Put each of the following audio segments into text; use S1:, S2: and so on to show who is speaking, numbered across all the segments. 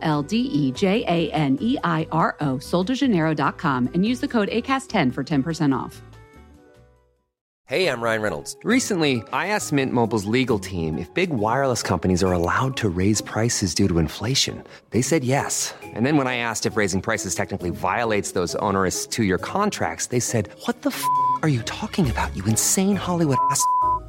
S1: L D E J A N E I R O, soldejaneiro.com, and use the code ACAST10 for 10% off.
S2: Hey, I'm Ryan Reynolds. Recently, I asked Mint Mobile's legal team if big wireless companies are allowed to raise prices due to inflation. They said yes. And then when I asked if raising prices technically violates those onerous two year contracts, they said, What the f are you talking about, you insane Hollywood ass? f-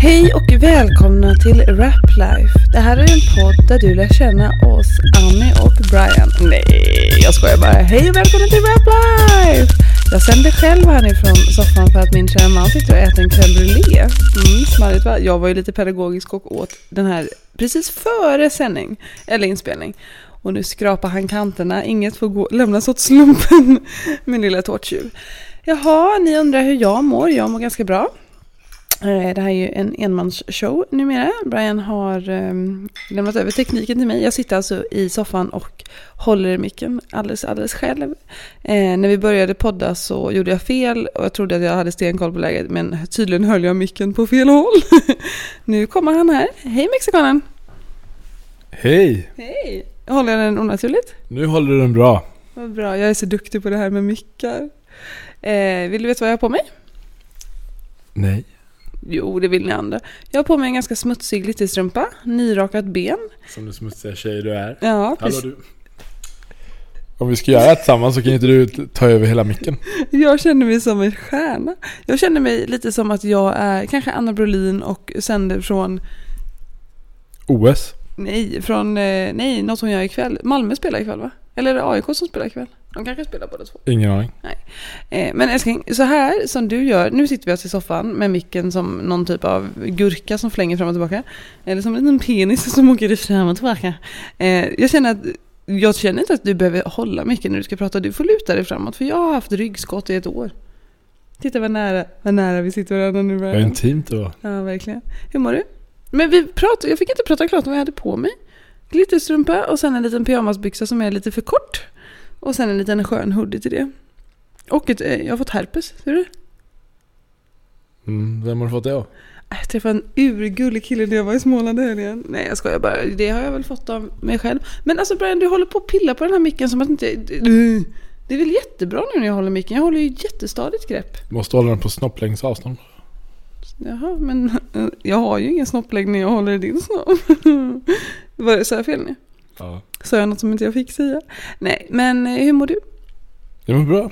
S3: Hej och välkomna till Rap Life. Det här är en podd där du lär känna oss, Annie och Brian. Nej, jag skojar bara. Hej och välkomna till Rap Life! Jag sänder själv härifrån soffan för att min kära man sitter och äter en crème brûlée. Mm, smarrigt va? Jag var ju lite pedagogisk och åt den här precis före sändning, eller inspelning. Och nu skrapar han kanterna. Inget får gå, lämnas åt slumpen, min lilla tårtjuv. Jaha, ni undrar hur jag mår. Jag mår ganska bra. Eh, Det här är ju en enmansshow numera. Brian har eh, lämnat över tekniken till mig. Jag sitter alltså i soffan och håller i micken alldeles, alldeles själv. Eh, när vi började podda så gjorde jag fel och jag trodde att jag hade stenkoll på läget men tydligen höll jag micken på fel håll. nu kommer han här. Hej mexikanen!
S4: Hej!
S3: Hej! Håller jag den onaturligt?
S4: Nu håller du den bra.
S3: Vad bra, jag är så duktig på det här med mickar. Eh, vill du veta vad jag har på mig?
S4: Nej.
S3: Jo, det vill ni andra. Jag har på mig en ganska smutsig glitterstrumpa, nyrakat ben.
S4: Som den smutsiga tjej du är.
S3: Ja,
S4: Hallå
S3: precis.
S4: du. Om vi ska göra det tillsammans så kan inte du t- ta över hela micken.
S3: Jag känner mig som en stjärna. Jag känner mig lite som att jag är kanske Anna Brolin och sänder från,
S4: OS.
S3: nej, från, eh, nej, något hon gör ikväll. Malmö spelar ikväll va? Eller är det AIK som spelar ikväll? De kanske spelar båda två.
S4: Ingen aning.
S3: Eh, Men älskling, så här som du gör, nu sitter vi alltså i soffan med micken som någon typ av gurka som flänger fram och tillbaka. Eller som en liten penis som åker fram och tillbaka. Eh, Jag känner att jag känner inte att du behöver hålla mycket när du ska prata. Du får luta dig framåt för jag har haft ryggskott i ett år. Titta vad nära, vad nära vi sitter varandra nu.
S4: Vad
S3: Brian.
S4: intimt det var.
S3: Ja, verkligen. Hur mår du? Men vi pratade, jag fick inte prata klart om vad jag hade på mig. Glitterstrumpa och sen en liten pyjamasbyxa som är lite för kort. Och sen en liten skön hoodie till det. Och ett, eh, jag har fått herpes, ser du?
S4: Mm, vem har du fått det av?
S3: Äh, Jag träffade en urgullig kille när jag var i Småland i helgen. Nej jag skojar bara, det har jag väl fått av mig själv. Men alltså Brian, du håller på att pilla på den här micken som att inte... Det är väl jättebra nu när jag håller micken? Jag håller ju jättestadigt grepp.
S4: Måste hålla den på snopplängds avstånd.
S3: Jaha, men eh, jag har ju ingen snopplägg när jag håller i din snopp. Var- Sa jag fel nu?
S4: Ja.
S3: Sa jag något som inte jag fick säga? Nej, men eh, hur mår du?
S4: Det var bra.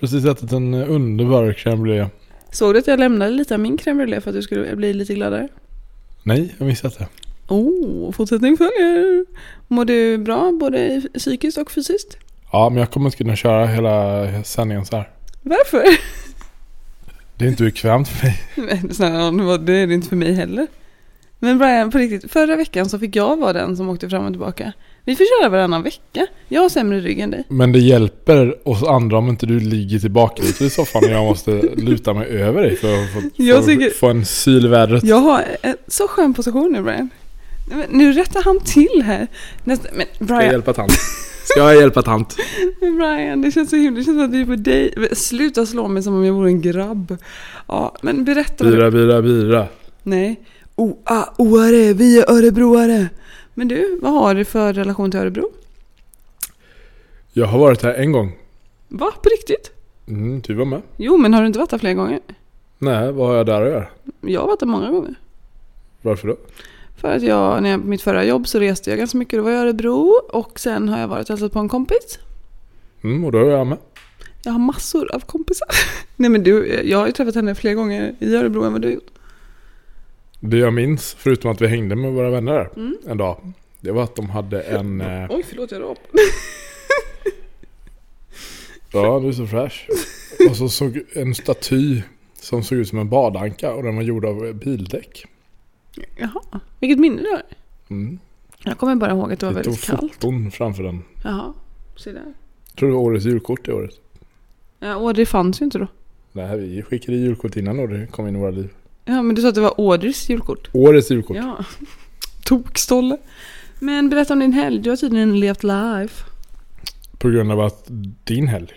S4: Precis ätit en eh, underbar crème brûlée.
S3: Såg du att jag lämnade lite av min crème brûlée för att du skulle bli lite gladare?
S4: Nej, jag missat det.
S3: Oh, fortsättning följer! Mår du bra både psykiskt och fysiskt?
S4: Ja, men jag kommer inte kunna köra hela sändningen så här.
S3: Varför?
S4: Det är inte bekvämt för mig.
S3: Men snälla nån, vad- det är det inte för mig heller. Men Brian, på riktigt, förra veckan så fick jag vara den som åkte fram och tillbaka. Vi får köra varannan vecka. Jag har sämre rygg än dig.
S4: Men det hjälper oss andra om inte du ligger tillbaka lite i soffan och jag måste luta mig över dig för att få,
S3: Jag
S4: för,
S3: tycker-
S4: att få en syl i vädret.
S3: Jag har en så skön position nu Brian. Nej, men Nu rättar han till här. Nästa, men
S4: Ska jag
S3: Brian,
S4: hjälpa tant? Ska jag hjälpa tant?
S3: men Brian, det känns så himla, det känns som att vi är på dig. Sluta slå mig som om jag vore en grabb. Ja, men berätta. vad du-
S4: Bira, bira, bira.
S3: Nej. O, a, oare, vi är E, örebroare. Men du, vad har du för relation till Örebro?
S4: Jag har varit här en gång.
S3: Va, på riktigt?
S4: Mm, du var med.
S3: Jo, men har du inte varit där flera gånger?
S4: Nej, vad har jag där att göra?
S3: Jag har varit där många gånger.
S4: Varför då?
S3: För att jag, när jag, mitt förra jobb så reste jag ganska mycket. Då var jag i Örebro och sen har jag varit och hälsat på en kompis.
S4: Mm, och då är jag med.
S3: Jag har massor av kompisar. Nej men du, jag har ju träffat henne fler gånger i Örebro än vad du gjort.
S4: Det jag minns, förutom att vi hängde med våra vänner där
S3: Mm.
S4: en dag. Det var att de hade en... eh,
S3: Oj, förlåt jag rap.
S4: Ja, du är så fräsch. Och så såg en staty som såg ut som en badanka och den var gjord av eh, bildäck.
S3: Jaha, vilket minne du har.
S4: Mm.
S3: Jag kommer bara ihåg att det var
S4: Vi tog
S3: väldigt kallt.
S4: foton framför den.
S3: Jaha, se där.
S4: Tror det var årets julkort i året.
S3: Ja, Audrey fanns ju inte då.
S4: Nej, vi skickade i julkort innan och det kom in i våra liv.
S3: Ja, men du sa att det var Audreys julkort.
S4: Årets julkort.
S3: Ja, tokstolle. Men berätta om din helg. Du har tydligen levt life.
S4: På grund av att din helg.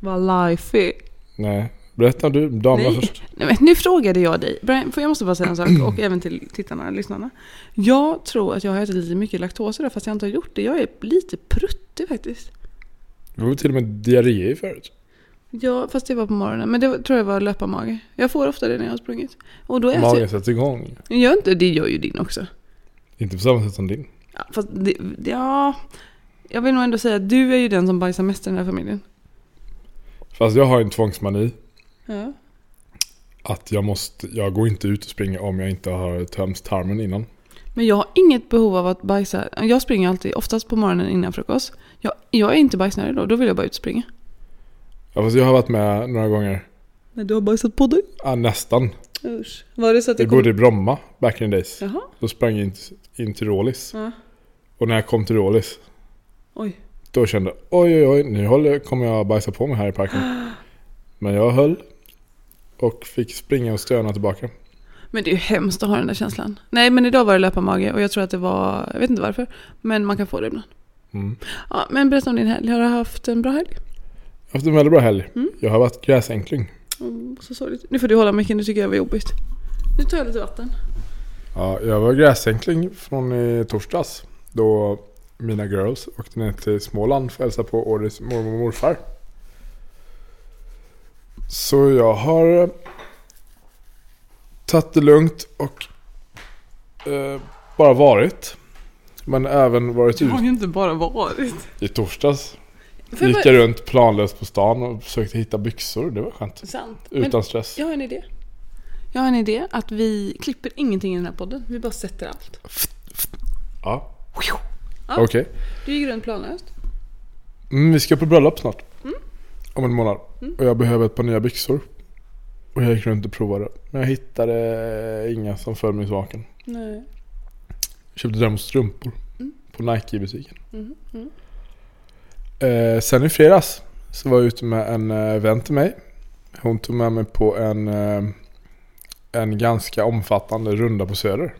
S3: Vad life är.
S4: Nej. Berätta du, damerna
S3: Nej.
S4: först.
S3: Nej, men nu frågade jag dig. Brian, för jag måste bara säga en sak och även till tittarna och lyssnarna. Jag tror att jag har ätit lite mycket laktos idag fast jag inte har gjort det. Jag är lite pruttig faktiskt.
S4: Det var till och med diarré förut.
S3: Ja, fast det var på morgonen. Men det var- tror jag var löparmage. Jag får ofta det när jag har sprungit. Och då äter
S4: Magen sätts igång.
S3: jag. Gör inte, det gör ju din också.
S4: Inte på samma sätt som din.
S3: Ja, fast det, det- ja, jag vill nog ändå säga att du är ju den som bajsar mest i den här familjen.
S4: Fast jag har en tvångsmani.
S3: Ja.
S4: Att jag måste, jag går inte ut och springer om jag inte har tömt tarmen innan.
S3: Men jag har inget behov av att bajsa. Jag springer alltid, oftast på morgonen innan frukost. Jag, jag är inte bajsnödig då, då vill jag bara ut och springa.
S4: Ja, fast jag har varit med några gånger.
S3: Nej, du har bajsat på dig.
S4: Ja, nästan.
S3: Usch. Var det så att det
S4: Jag
S3: kom...
S4: bodde i Bromma back in the days.
S3: Jaha.
S4: Då sprang jag in, in till Rålis.
S3: Ja.
S4: Och när jag kom till Rålis,
S3: Oj.
S4: då kände jag oj oj oj, nu håller, kommer jag bajsa på mig här i parken. Men jag höll. Och fick springa och stöna tillbaka.
S3: Men det är ju hemskt att ha den där känslan. Nej, men idag var det löparmage och jag tror att det var... Jag vet inte varför. Men man kan få det ibland.
S4: Mm.
S3: Ja, men berätta om din helg. Har du haft en bra helg?
S4: Jag har haft en väldigt bra helg. Jag har varit gräsänkling.
S3: Mm, så sorgligt. Nu får du hålla micken, nu tycker jag det var jobbigt. Nu tar jag lite vatten.
S4: Ja, jag var gräsänkling från i torsdags. Då mina girls åkte ner till Småland för att hälsa på Åris mormor och morfar. Så jag har eh, tagit det lugnt och eh, bara varit. Men även varit
S3: Jag
S4: ute
S3: har ju inte bara varit.
S4: i torsdags.
S3: Får jag
S4: Gick jag runt planlöst på stan och försökte hitta byxor. Det var skönt.
S3: Sant. Men
S4: Utan stress.
S3: jag har en idé. Jag har en idé att vi klipper ingenting i den här podden. Vi bara sätter allt.
S4: Ja.
S3: Ja.
S4: Okej.
S3: Du gick runt planlöst.
S4: Mm, vi ska på bröllop snart. Om en månad. Och jag behöver ett par nya byxor. Och jag gick runt och provade. Men jag hittade inga som föll mig i smaken.
S3: Nej.
S4: Köpte däremot strumpor. På Nike-butiken. Eh, sen i fredags så var jag ute med en eh, vän till mig. Hon tog med mig på en, eh, en ganska omfattande runda på Söder.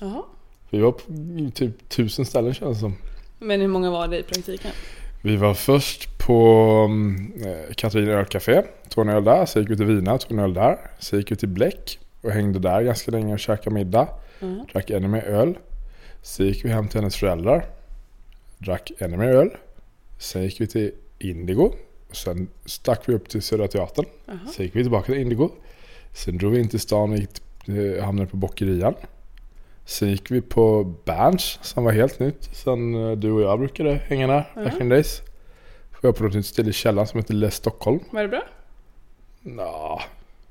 S3: Jaha.
S4: Vi var på mm, typ tusen ställen känns det som.
S3: Men hur många var det i praktiken?
S4: Vi var först på mm, eh, Katrin ölcafé, tog en öl där, sen gick vi till Vina, tog en öl där. Sen gick vi till Bläck och hängde där ganska länge och käkade middag. Drack ännu mer öl. Sen gick vi hem till hennes föräldrar. Drack ännu mer öl. Sen gick vi till Indigo. Och sen stack vi upp till Södra Teatern. Sen gick vi tillbaka till Indigo. Sen drog vi in till stan och gick, till- eh, hamnade på Bockerian. Sen gick vi på Berns som var helt nytt. Sen eh, du och jag brukade hänga där back in the days. Vi var på något nytt ställe i källaren som heter Le Stockholm.
S3: Var det bra?
S4: Nå,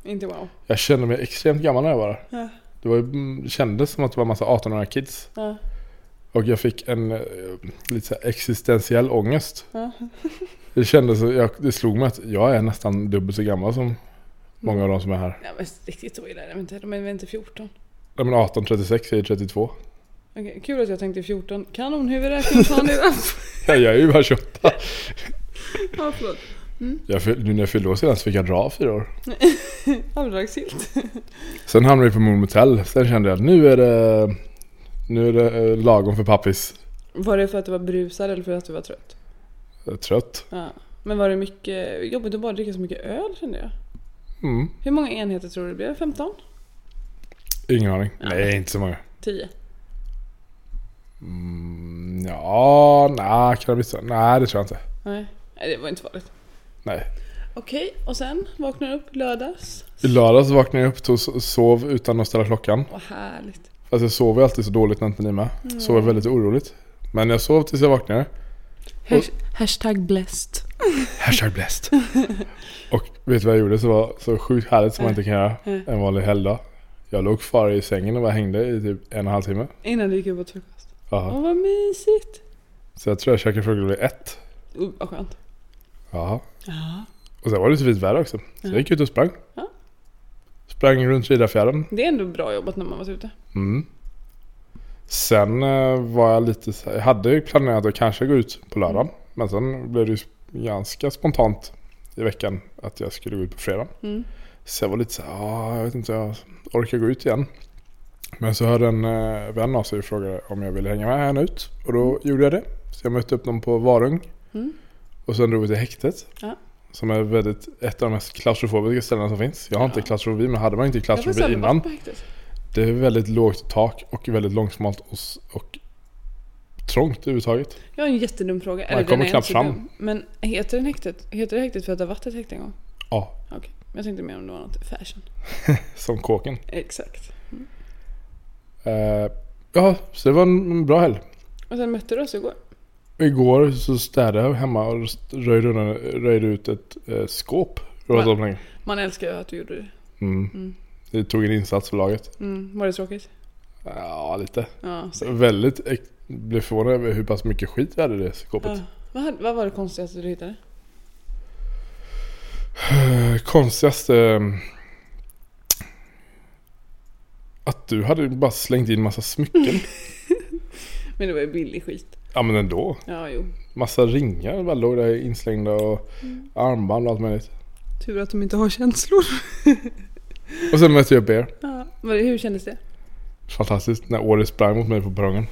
S3: Inte wow.
S4: jag kände mig extremt gammal när jag var där.
S3: Ja.
S4: Det, var, ju- mm, det kändes som att det var en massa 18-åriga kids.
S3: Ja.
S4: Och jag fick en eh, lite så här existentiell ångest.
S3: Ja.
S4: det kändes, så- jag, det slog mig att jag är nästan dubbelt så gammal som många av de som är här.
S3: Ja, men riktigt så illa är det inte. De är väl inte 14?
S4: Nej men 18, 36, jag är 32.
S3: Okej, kul att jag tänkte 14. Kanonhuvudräkning fan är det.
S4: Jag är ju bara 28.
S3: Ja, förlåt.
S4: Jag, fyll- nu när jag fyllde år senast fick jag dra fyra år.
S3: Avdragsgillt.
S4: Sen hamnade vi på Moon Motel. Sen kände jag att nu är det, nu är det eh, lagom för pappis.
S3: Var det för att du var brusad eller för att du var trött?
S4: Jag är eh, trött.
S3: Ja. Men var det mycket jobbigt att bara dricka så mycket öl kände jag?
S4: Mm.
S3: Hur många enheter tror du det blev? 15?
S4: Ingen aning. Nej, inte så många.
S3: 10?
S4: Mm, ja, nej, kan det bli så? Nej, det tror jag inte.
S3: Nej. Nej, det var inte farligt.
S4: Nej.
S3: Okej, och sen vaknar du upp lördags.
S4: I lördags vaknade jag upp och sov utan att ställa klockan.
S3: Vad härligt.
S4: Alltså jag sover alltid så dåligt när inte ni är med. Sover väldigt oroligt. Men jag sov tills jag vaknade.
S3: Hash, hashtag blessed.
S4: Hashtag blessed. och vet du vad jag gjorde? Så var så sjukt härligt som man inte kan göra en vanlig helgdag. Jag låg kvar i sängen och bara hängde i typ en och en halv timme.
S3: Innan du gick upp och frukost.
S4: Jaha.
S3: Åh vad mysigt.
S4: Så jag tror jag käkade frukost vid ett.
S3: Uh, vad skönt.
S4: Jaha. Och sen var det lite fint väder också. Så jag gick ut och sprang.
S3: Ja.
S4: Sprang runt Riddarfjärden.
S3: Det är ändå bra jobbat när man varit ute.
S4: Mm. Sen eh, var jag lite så här, jag hade ju planerat att kanske gå ut på lördagen.
S3: Mm.
S4: Men sen blev det ju sp- ganska spontant i veckan att jag skulle gå ut på fredagen.
S3: Mm.
S4: Så jag var lite så här, "Ah, jag vet inte om jag orkar gå ut igen. Men så hörde en eh, vän av sig och frågade om jag ville hänga med henne ut. Och då gjorde jag det. Så jag mötte upp dem på Varung.
S3: Mm.
S4: Och sen drog vi till häktet.
S3: Ja.
S4: Som är väldigt, ett av de mest klaustrofobiska ställena som finns. Jag har inte
S3: Ja.
S4: klaustrofobi men hade man inte
S3: Jag har
S4: klaustrofobi
S3: faktiskt aldrig
S4: innan.
S3: varit på häktet.
S4: Det är väldigt lågt tak och väldigt långsmalt och, s- och trångt överhuvudtaget.
S3: Jag har en jättedum fråga.
S4: Man kommer
S3: den är
S4: knappt
S3: inte så
S4: fram.
S3: dum. Men heter den häktet? Heter det häktet för att det har varit ett häkte en gång?
S4: Ja,
S3: Okej. Jag tänkte mer om det var något fashion.
S4: som kåken.
S3: Exakt.
S4: Eh, ja, så det var en en bra helg.
S3: Och sen mötte du oss igår.
S4: Igår så städade jag hemma och st- röjde, undan, röjde ut ett eh, skåp. Det var
S3: Va?
S4: så länge.
S3: Man älskar ju att du gjorde det.
S4: Mm. Det tog en insats för laget.
S3: Mm. Var det tråkigt?
S4: Ja, lite.
S3: Ja. Så.
S4: Väldigt ek- blev förvånad över hur pass mycket skit vi hade i det skåpet.
S3: Ja. Vad, hade- vad var det konstigaste du hittade?
S4: Eh, Konstigaste... eh, Att du hade bara slängt in massa smycken.
S3: Men det var ju billig skit.
S4: ja men ändå.
S3: Ja, jo.
S4: Massa ringar bara låg där inslängda och armband och allt möjligt.
S3: Tur att de inte har känslor.
S4: Och sen mötte jag upp er.
S3: ja. Var det, hur kändes det?
S4: Fantastiskt. När Åre sprang mot mig på perrongen.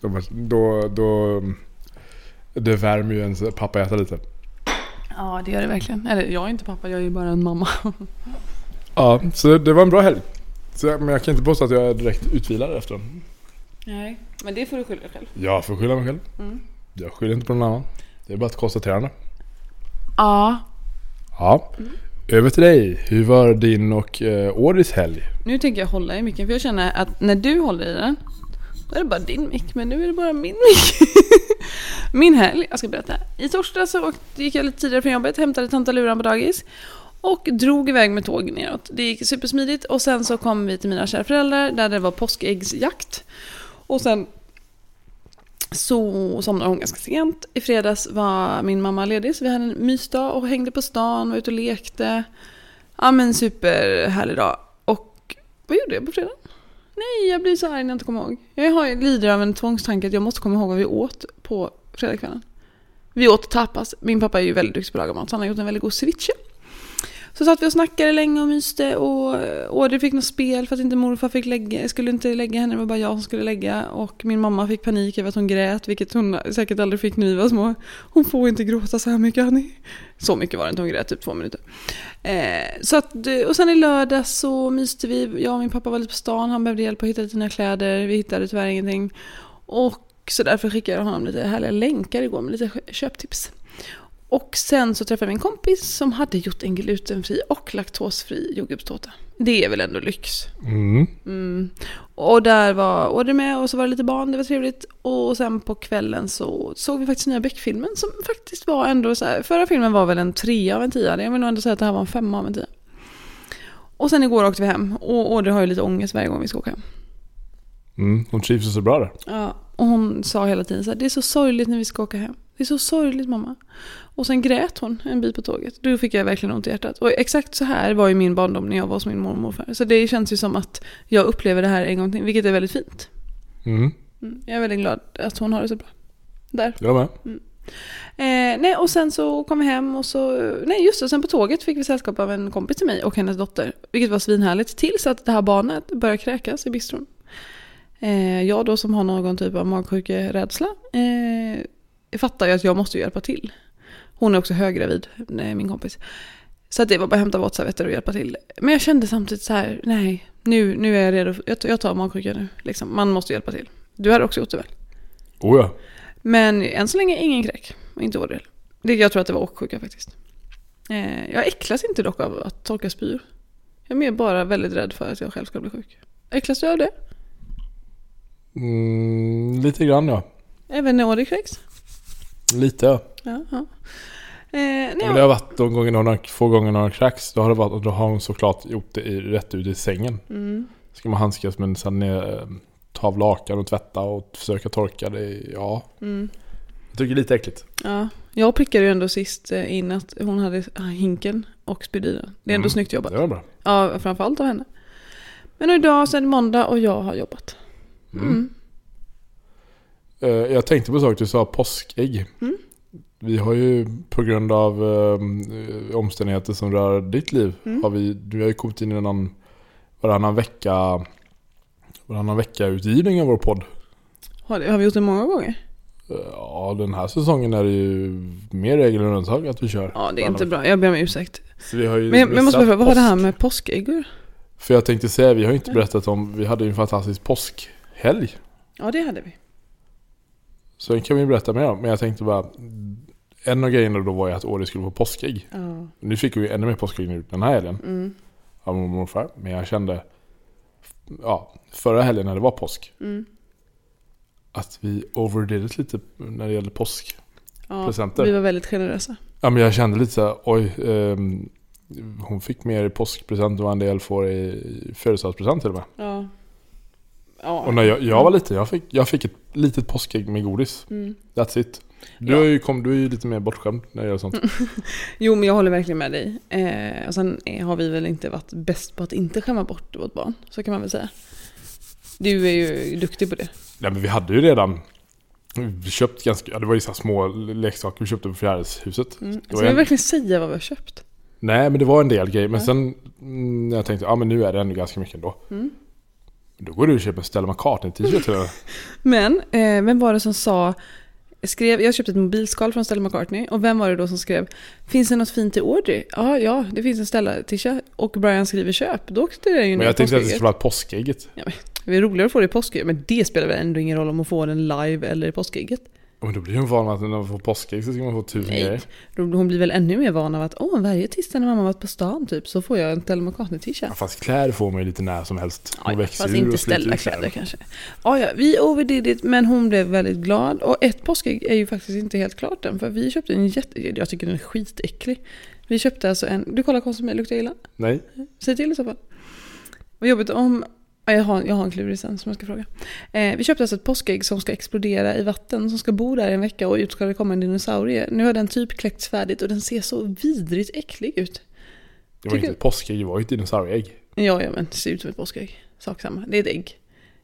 S4: Då, var- då, då... Det värmer ju ens pappahjärta lite.
S3: Ja, det gör det verkligen. Eller jag är inte pappa, jag är ju bara en mamma.
S4: Ja, så det, det var en bra helg. Så, jag- men jag kan inte påstå att jag är direkt utvilad efter den.
S3: Nej, men det får du skylla dig själv.
S4: Jag får skylla mig själv. Jag skyller inte på någon annan. Det är bara ett konstaterande.
S3: Ja,
S4: Ja. Över till dig. Hur var din och eh, Åris helg?
S3: nu tänker jag hålla i micken för jag känner att när du håller i den då är det bara din mick, men nu är det bara min mick. min helg, jag ska berätta. I torsdags så åkte- gick jag lite tidigare från jobbet, hämtade tanta Luran på dagis och drog iväg med tåg neråt. Det gick supersmidigt och sen så kom vi till mina kära föräldrar där det var påskäggsjakt. Och sen så somnade hon ganska sent. I fredags var min mamma ledig så vi hade en mysdag och hängde på stan, var ute och lekte. Ja men superhärlig dag. Och vad gjorde jag på fredagen? Nej, jag blir så arg när jag inte kommer ihåg. Jag har, ju- lider av en tvångstanke att jag måste komma ihåg vad vi åt på fredagskvällen. Vi åt tapas. Min pappa är ju väldigt duktig på att laga mat så han har gjort en väldigt god ceviche. Så satt vi och snackade länge och myste och eh, Audrey fick något spel för att inte morfar fick lägga, skulle inte lägga henne, det var bara jag som skulle lägga. Och min mamma fick panik över att hon grät, vilket hon säkert aldrig fick när vi var små. Hon får inte gråta så här mycket hörni. Så mycket var det inte, hon grät typ två minuter. Eh, så att, eh, och sen i lördags så myste vi, jag och min pappa var lite på stan, han behövde hjälp att hitta lite nya kläder, vi hittade tyvärr ingenting. Och så därför skickade jag honom lite härliga länkar igår med lite kö- köptips. Och sen så träffade jag min kompis som hade gjort en glutenfri och laktosfri jordgubbstårta. Det är väl ändå lyx?
S4: Mm.
S3: Mm. Och där var Audrey med och så var det lite barn, det var trevligt. Och sen på kvällen så såg vi faktiskt nya Beck-filmen som faktiskt var ändå så här, förra filmen var väl en trea av en tia, jag vill nog ändå säga att det här var en femma av en tia. Och sen igår åkte vi hem och Audrey har ju lite ångest varje gång vi ska åka hem.
S4: Mm. Hon trivs ju så bra där.
S3: Ja, och hon sa hela tiden så här, det är så sorgligt när vi ska åka hem. Det är så sorgligt mamma. Och sen grät hon en bit på tåget. Då fick jag verkligen ont i hjärtat. Och exakt så här var ju min barndom när jag var hos min mormor och morfar. Så det känns ju som att jag upplever det här en gång till, vilket är väldigt fint.
S4: Mm.
S3: Mm, Jag är väldigt glad att hon har det så bra. Där.
S4: Jag med.
S3: Eh, nej, och sen så kom vi hem och så... Nej, just det. Sen på tåget fick vi sällskap av en kompis till mig och hennes dotter. Vilket var svinhärligt. Tills att det här barnet började kräkas i bistron. Eh, jag då som har någon typ av magsjukerädsla eh, fattar ju att jag måste ju hjälpa till. Hon är också höggravid, eh, min kompis. Så att det var bara att hämta våtservetter och hjälpa till. Men jag kände samtidigt så här, nej, nu, nu är jag redo. Jag, jag tar magsjuka nu. Liksom, man måste hjälpa till. Du hade också gjort det väl?
S4: Oh ja.
S3: Men än så länge ingen kräk. Och inte ådel. Det- Jag tror att det var åksjuka faktiskt. Eh, Jag äcklas inte dock av att torka spyor. Jag är mer bara väldigt rädd för att jag själv ska bli sjuk. Äcklas du av det?
S4: Mm, lite grann ja.
S3: Även när Årik kräks?
S4: Lite ja.
S3: Ja. ja. Eh, nej,
S4: Men det har varit de gånger någon, har- få gånger någon har kräks. Då har det varit och då har hon såklart gjort det i, rätt ut i sängen.
S3: Mm.
S4: Ska man handskas med en sån här, eh, ta av lakan och tvätta och försöka torka det. Ja.
S3: Mm.
S4: Jag tycker det är lite äckligt.
S3: Ja, jag prickade ju ändå sist eh, in att hon hade ah, hinken och spydde i den. Det är ändå
S4: Mm.
S3: snyggt jobbat.
S4: Det var bra.
S3: Ja, framförallt av henne. Men och idag så är det måndag och jag har jobbat.
S4: Mm. Eh, Jag tänkte på en sak, du sa påskägg.
S3: Mm.
S4: Vi har ju på grund av eh, omständigheter som rör ditt liv,
S3: Mm.
S4: har vi, du har ju kommit in i en annan, varannan vecka varannan vecka utgivning av vår podd.
S3: Har, det, har vi gjort det många gånger?
S4: Eh, Ja, den här säsongen är det ju mer regel än undantag att vi kör.
S3: Ja, det är
S4: varannan
S3: inte
S4: vecka.
S3: bra. Jag ber om ursäkt.
S4: Så vi har ju
S3: Men jag, men jag måste bara
S4: missat
S3: fråga, vad har det här
S4: påsk.
S3: med påskägg att göra?
S4: För jag tänkte säga, vi har ju inte berättat om, vi hade ju en fantastisk påskhelg.
S3: Ja, det hade vi.
S4: Så den kan vi berätta mer om. Men jag tänkte bara, en av grejerna då var ju att Åre skulle få påskägg.
S3: Ja.
S4: Nu fick vi ju ännu mer påskägg nu den här helgen
S3: Mm.
S4: av mormor och morfar. Men jag kände, ja, förra helgen när det var påsk,
S3: Mm.
S4: att vi overdid it lite när det gäller påsk.
S3: Ja,
S4: Presenter.
S3: Vi var väldigt generösa.
S4: Ja men jag kände lite såhär, oj, ehm, hon fick mer i påskpresent än vad en del får i i födelsedagspresent till och med.
S3: Ja. Ja.
S4: Och när jag, jag var liten, jag fick, jag fick ett litet påskägg med godis.
S3: Mm.
S4: That's it. Du,
S3: Ja.
S4: är ju, kom, du är ju lite mer bortskämd när det gäller
S3: Mm.
S4: sånt.
S3: Jo, men jag håller verkligen med dig. Eh, och sen eh, har vi väl inte varit bäst på att inte skämma bort vårt barn. Så kan man väl säga. Du är ju duktig på det.
S4: Nej men vi hade ju redan köpt ganska, ja, det var ju så här små leksaker vi köpte på Fjärilshuset.
S3: Mm.
S4: Det
S3: Ska
S4: var
S3: vi
S4: en-
S3: verkligen säga vad vi har köpt?
S4: Nej men det var en del grejer. Men
S3: Ja.
S4: sen mm, när jag tänkte, ja men nu är det ändå ganska mycket ändå.
S3: Mm.
S4: Då går du och köper en Stella McCartney-t-shirt till henne.
S3: Men, eh, vem var det som sa... Skrev, jag köpte ett mobilskal från Stella McCartney och vem var det då som skrev Finns det något fint i Audrey? Ja, ja, det finns en Stella tisha Och Brian skriver köp. Då åkte det ju
S4: Men jag tänkte att det
S3: påskägget.
S4: skulle vara ett påskägget.
S3: ja, men, Det är roligare att få det i påskägget. Men det spelar väl ändå ingen roll om man får den live eller i påskägget?
S4: Men då blir hon van att när man får påskägg så ska man få tusen
S3: Nej.
S4: grejer.
S3: Då- Hon blir väl ännu mer van av att åh, varje tisdag när mamma varit på stan typ så får jag en Stella
S4: Ja,
S3: McCartney-t-shirt.
S4: fast kläder får man ju lite när som helst. Hon växer
S3: fast
S4: ur
S3: inte
S4: och sliter
S3: ställa
S4: ut sig.
S3: kläder kanske. Ja, ja, vi overdid it, men hon blev väldigt glad. Och ett påskägg är ju faktiskt inte helt klart än, för vi köpte en jätte... Jag tycker den är skitäcklig. Vi köpte alltså en... Du kollar konsumera, luktar illa?
S4: Nej.
S3: Säg till i så fall. Vad jobbigt om... ja, Jag har, jag har en klurig sen som jag ska fråga. Eh, vi köpte alltså ett påskägg som ska explodera i vatten, som ska bo där i en vecka och ut ska det komma en dinosaurie. Nu har den typ kläckts färdigt och den ser så vidrigt äcklig ut.
S4: Det var
S3: Tycker-
S4: inte ett påskägg, det var ju ett dinosaurieägg.
S3: Ja, ja men det ser ut som ett påskägg. Sak samma. Det är ett ägg.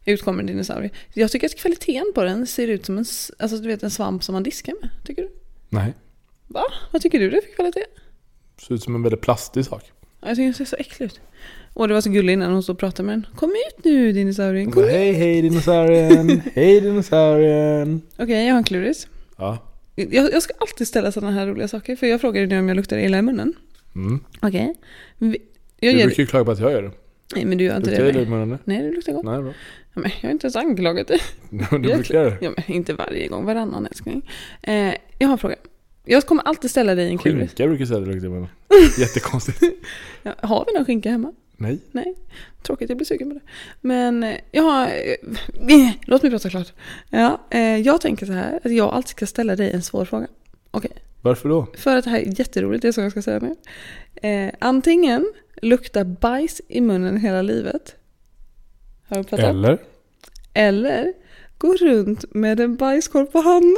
S3: Ut kommer en dinosaurie. Jag tycker att kvaliteten på den ser ut som en, s- alltså, du vet, en svamp som man diskar med. Tycker du?
S4: Nej.
S3: Va? Vad tycker du det är för kvalitet?
S4: Ser ut som en väldigt plastig sak.
S3: Ja, Jag tycker den ser så äcklig ut. Och det var så gullig innan hon stod och pratade med den. Kom ut nu dinosaurien, kom ut.
S4: Hej hej dinosaurien, hej dinosaurien.
S3: Okej, jag har en kluris.
S4: Ja.
S3: Jag, jag ska alltid ställa sådana här roliga saker, för jag frågade nu om jag luktar illa i munnen.
S4: Mm.
S3: Okej. Vi- Jag
S4: Du
S3: ger
S4: brukar ju klaga på att jag gör det.
S3: Nej, men du gör inte
S4: Luktar jag
S3: det.
S4: illa i
S3: Nej.
S4: munnen? nu?
S3: Nej, det luktar gott.
S4: Nej, bra.
S3: Ja, Men jag har inte ens anklagat dig.
S4: Du brukar göra det.
S3: Ja, men inte varje gång, varannan älskling. Eh, jag har en fråga. Jag kommer alltid ställa dig en kluris.
S4: Skinka brukar jag säga att det luktar i munnen. Jättekonstigt.
S3: Ja, har vi någon skinka hemma?
S4: Nej.
S3: Nej, tråkigt. Jag blir sugen på det. Men eh, jag har... eh, Låt mig prata klart. Ja, eh, jag tänker så här, att jag alltid ska ställa dig en svår fråga. Okej,
S4: Varför då?
S3: för att det här är jätteroligt, det är så jag ska säga nu. Eh, antingen lukta bajs i munnen hela livet. Har du uppfattat?
S4: Eller?
S3: Eller gå runt med en bajskorv på handen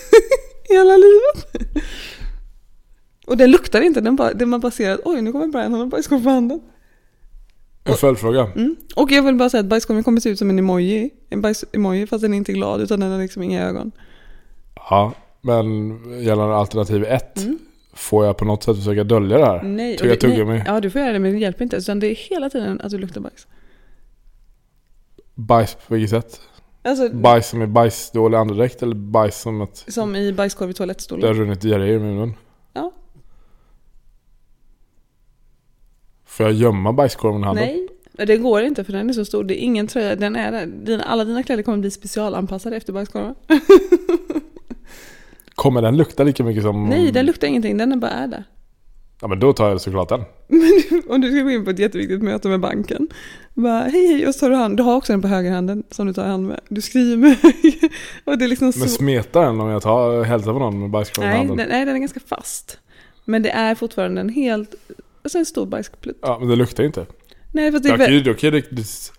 S3: hela livet. Och den luktar inte, den bara, den man bara ser att oj nu kommer Brian, han har bajskorv på handen.
S4: En följdfråga.
S3: Mm. Och jag vill bara säga att bajskorven kommer se ut som en emoji. En bajs-emoji fast den är inte glad utan den har liksom inga ögon.
S4: Ja, men gällande alternativ ett. Får jag på något sätt försöka dölja det här?
S3: Mm. Nej.
S4: Tugga
S3: och det- nej.
S4: tuggummi.
S3: Ja du får göra det men det hjälper inte. Utan det är hela tiden att du luktar bajs.
S4: Bajs på vilket sätt?
S3: Alltså
S4: Bajs som är bajsdålig andedräkt eller bajs som att
S3: som i bajskorv i
S4: det har
S3: toalettstolen.
S4: runnit diarré i munnen?
S3: Ja.
S4: Får jag gömma bajskorven i handen?
S3: Nej, det går inte för den är så stor. Det är ingen tröja, den är där. Dina, alla dina kläder kommer bli specialanpassade efter bajskorven.
S4: Mm. Kommer den lukta lika mycket som...
S3: Nej, den luktar ingenting. Den är bara är där.
S4: Ja men då tar jag såklart den.
S3: Men om du ska gå in på ett jätteviktigt möte med banken. Bara, hej hej, och så tar du hand. Du har också den på högerhanden som du tar hand med. Du skriver med höger. Och det är liksom
S4: Men
S3: så.
S4: smetar den om jag tar hälsar på någon med bajskorv i
S3: Nej
S4: handen?
S3: den, nej, den är ganska fast. Men det är fortfarande en helt, alltså en stor bajsplutt.
S4: Ja men det luktar ju inte.
S3: Nej, fast det är
S4: Jag kan
S3: väl...
S4: ju, då kan jag, det-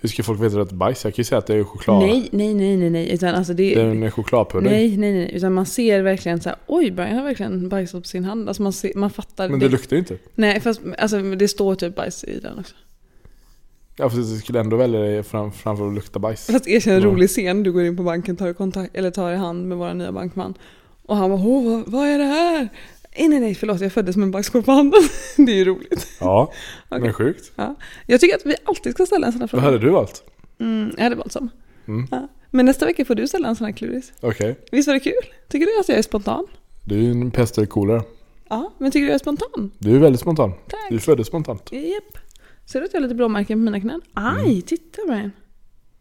S4: hur ska folk veta att det är bajs? Jag kan ju säga att det är choklad.
S3: Nej, nej, nej, nej, nej. Utan alltså det,
S4: Det är en chokladpudding.
S3: Nej, nej, nej. Utan man ser verkligen så här, oj, Brian har verkligen bajsat på sin hand. Alltså man, ser, man fattar.
S4: Men det luktar ju inte.
S3: Nej, fast alltså, det står typ bajs i den också.
S4: Ja fast jag skulle ändå välja det fram, framför att lukta bajs.
S3: Fast erkänn en
S4: Ja.
S3: rolig scen. Du går in på banken, tar i, kontakt, eller tar i hand med vår nya bankman. Och han bara, åh, vad, vad är det här? Nej, nej, nej, förlåt, jag föddes med en bajskorv på handen. det är ju roligt.
S4: Ja,
S3: Okej.
S4: men sjukt.
S3: Ja. Jag tycker att vi alltid ska ställa en sån här
S4: Vad
S3: fråga.
S4: hade du valt?
S3: Mm, jag hade valt som.
S4: Mm.
S3: Ja. Men nästa vecka får du ställa en sån här kluris.
S4: Okej,
S3: Visst var det kul? Tycker du att jag är spontan?
S4: du är ju en pest eller kolera.
S3: Ja, men tycker du jag är spontan?
S4: Du är väldigt spontan.
S3: Tack.
S4: Du föddes spontant.
S3: Japp. Ser du att jag har lite blåmärken på mina knän? Aj, titta Brian.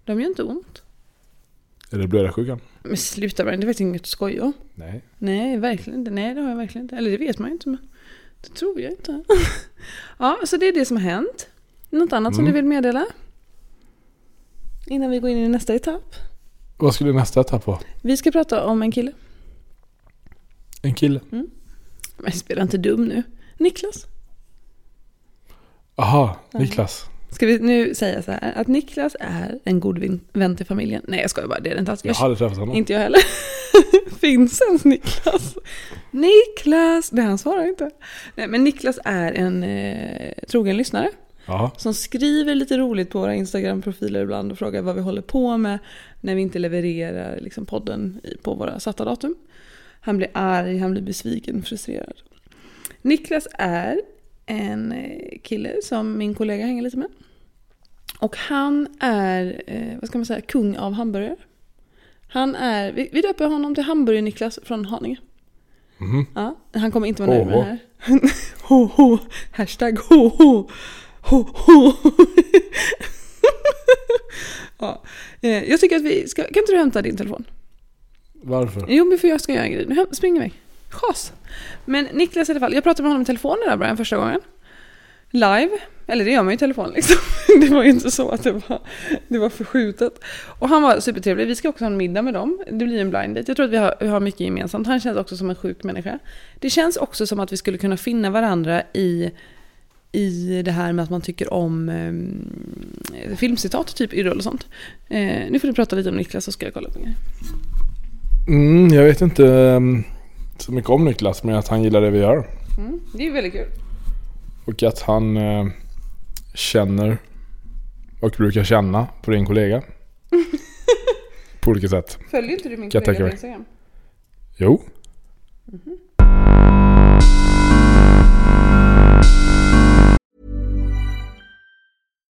S3: De gör inte ont.
S4: Är det blödarsjukan?
S3: Men sluta Brian, det är faktiskt inget att skoja om.
S4: Nej.
S3: Nej, verkligen inte. Nej, det har jag verkligen inte. Eller det vet man ju inte, men det tror jag inte. ja, så det är det som har hänt. Något annat som du
S4: Mm.
S3: vill meddela? Innan vi går in i nästa etapp.
S4: Vad skulle nästa etapp vara?
S3: Vi ska prata om en kille.
S4: En kille?
S3: Men spela inte dum nu. Niklas.
S4: Aha, Niklas.
S3: Ska vi nu säga så här att Niklas är en god vin- vän till familjen? Nej, jag skojar bara. Det är det inte alls.
S4: Jag hade träffat honom.
S3: Inte jag heller. Finns ens Niklas? Niklas! Nej, han svarar inte. Nej, men Niklas är en eh, trogen lyssnare
S4: Ja,
S3: som skriver lite roligt på våra Instagram-profiler ibland och frågar vad vi håller på med när vi inte levererar liksom, podden i- på våra satta datum. Han blir arg, han blir besviken, frustrerad. Niklas är en eh, kille som min kollega hänger lite med. Och han är, eh, vad ska man säga, kung av hamburgare. Han är, vi, vi döper honom till Hamburger-Niklas från Haninge. Ja, han kommer inte vara nöjd med det här. Ho, ho. Hashtag ho, ho. Ho, ho. ja. eh, Jag tycker att vi ska... Kan inte du hämta din telefon?
S4: varför?
S3: Jo, men för jag ska göra en grej. Nu häm- spring iväg. Schas. Men Niklas i alla fall. Jag pratade med honom i telefon den där Brian första gången. Live. Eller det gör man ju i telefon liksom. Det var ju inte så att det var, det var förskjutet. Och han var supertrevlig. Vi ska också ha en middag med dem. Det blir ju en blind date. Jag tror att vi har, vi har mycket gemensamt. Han känns också som en sjuk människa. Det känns också som att vi skulle kunna finna varandra i, i det här med att man tycker om eh, filmcitat, typ Yrrol och sånt. Eh, nu får du prata lite om Niklas så ska jag kolla upp en grej.
S4: Mm, jag vet inte ehm, så mycket om Niklas, men att han gillar det vi gör.
S3: Mm, det är ju väldigt kul.
S4: Och att han eh, känner och brukar känna på din kollega. på olika sätt.
S3: Följer inte du min
S4: Jag
S3: kollega
S4: tackar
S3: på
S4: mig.
S3: Instagram?
S4: Jo.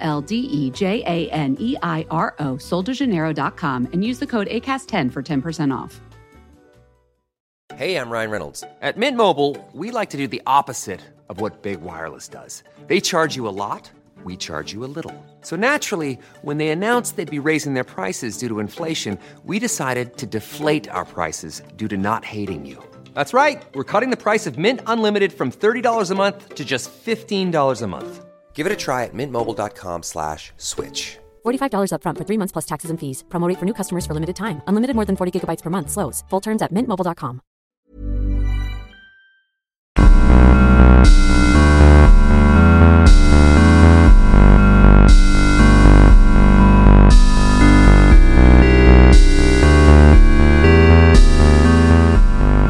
S1: L D E J A N E I R O, soldejaneiro.com, and use the code ACAST10 for 10% off.
S2: Hey, I'm Ryan Reynolds. At Mint Mobile, we like to do the opposite of what Big Wireless does. They charge you a lot, we charge you a little. So naturally, when they announced they'd be raising their prices due to inflation, we decided to deflate our prices due to not hating you. That's right. We're cutting the price of Mint Unlimited from $30 a month to just $15 a month. Give it a try at mintmobile.com slash switch.
S5: $45 upfront for three months plus taxes and fees. Promo rate for new customers for limited time. Unlimited more than 40 gigabytes per month. Slows. Full terms at mintmobile.com.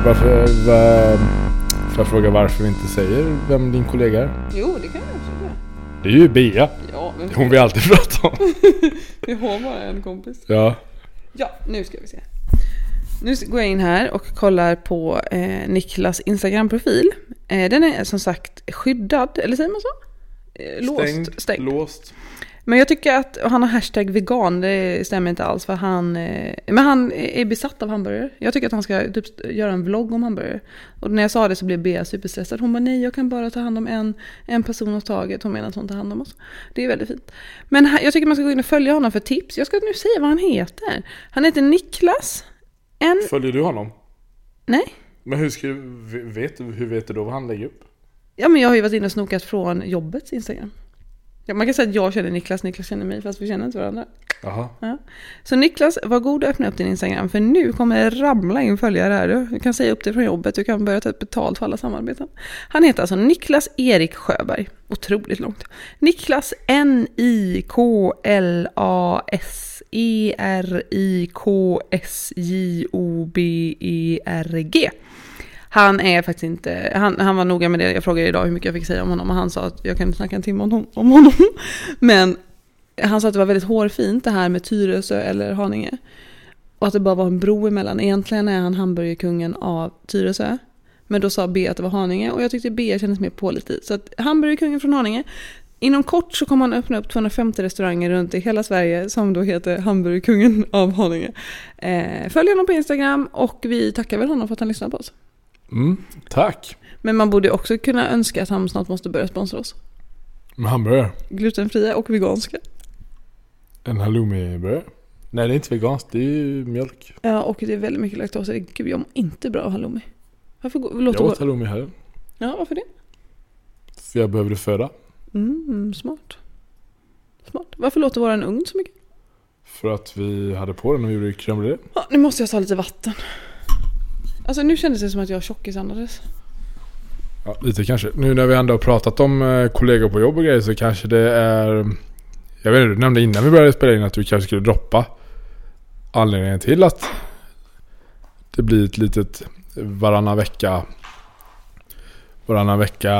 S4: Varför, va, får jag fråga varför vi inte säger vem din kollega är?
S3: Jo, det kan jag absolut göra.
S4: Det är ju Bea.
S3: Ja, men
S4: Hon vi alltid pratar om.
S3: vi har bara en kompis.
S4: Ja.
S3: Ja, nu ska vi se. Nu går jag in här och kollar på eh, Niklas Instagram-profil. Eh, Den är som sagt skyddad, eller säger man så? Eh, Låst, stängd.
S4: Låst.
S3: Men jag tycker att och han har hashtag vegan, det stämmer inte alls för han... eh, Men han är besatt av hamburgare. Jag tycker att han ska typ st- göra en vlogg om hamburgare. Och när jag sa det så blev Bea superstressad. Hon bara nej, jag kan bara ta hand om en, en person åt taget. Hon menar att hon tar hand om oss. Det är väldigt fint. Men ha- jag tycker man ska gå in och följa honom för tips. Jag ska nu säga vad han heter. Han heter Niklas. En...
S4: Följer du honom?
S3: Nej?
S4: Men hur, ska, du- vet, du- hur vet du då vad han lägger upp?
S3: Ja men jag har ju varit inne och snokat från jobbets Instagram. Ja, man kan säga att jag känner Niklas, Niklas känner mig fast vi känner inte varandra.
S4: Jaha.
S3: Ja. Så Niklas, var god och öppna upp din Instagram för nu kommer det ramla in följare här. Du. du kan säga upp dig från jobbet, du kan börja ta betalt för alla samarbeten. Han heter alltså Niklas Erik Sjöberg. Otroligt långt. Niklas E E N-I-K-L-A-S-E-R-I-K-S-J-O-B-E-R-G. Han är faktiskt inte, han, han var noga med det, jag frågade idag hur mycket jag fick säga om honom och han sa att jag kan inte snacka en timme om hon- om honom. Men han sa att det var väldigt hårfint det här med Tyresö eller Haninge. Och att det bara var en bro emellan. Egentligen är han hamburgerkungen av Tyresö. Men då sa B att det var Haninge och jag tyckte B kändes mer pålitlig. Så att hamburgerkungen från Haninge. Inom kort så kommer han öppna upp 250 restauranger runt i hela Sverige som då heter Hamburgerkungen av Haninge. Eh, följ honom på Instagram och vi tackar väl honom för att han lyssnar på oss.
S4: Mm, tack.
S3: Men man borde också kunna önska att han snart måste börja sponsra oss.
S4: En hamburgare.
S3: Glutenfria och veganska.
S4: En halloumiburgare. Nej det är inte veganskt, det är ju mjölk.
S3: Ja, och det är väldigt mycket laktos. i det. Gud, jag mår inte bra av halloumi. Varför går,
S4: Jag
S3: låter
S4: åt
S3: jag
S4: halloumi här.
S3: Ja, varför det?
S4: För jag behövde föda.
S3: Mm, smart. Smart. Varför låter våran ugn så mycket?
S4: För att vi hade på den när vi gjorde crème brûlée.
S3: Ja, nu måste jag ta lite vatten. Alltså nu kändes det som att jag tjockisandades.
S4: Ja, lite kanske. Nu när vi ändå har pratat om eh, kollegor på jobb och grejer så kanske det är... Jag vet inte, du nämnde innan vi började spela in att du kanske skulle droppa anledningen till att det blir ett litet varannan vecka... Varannan vecka...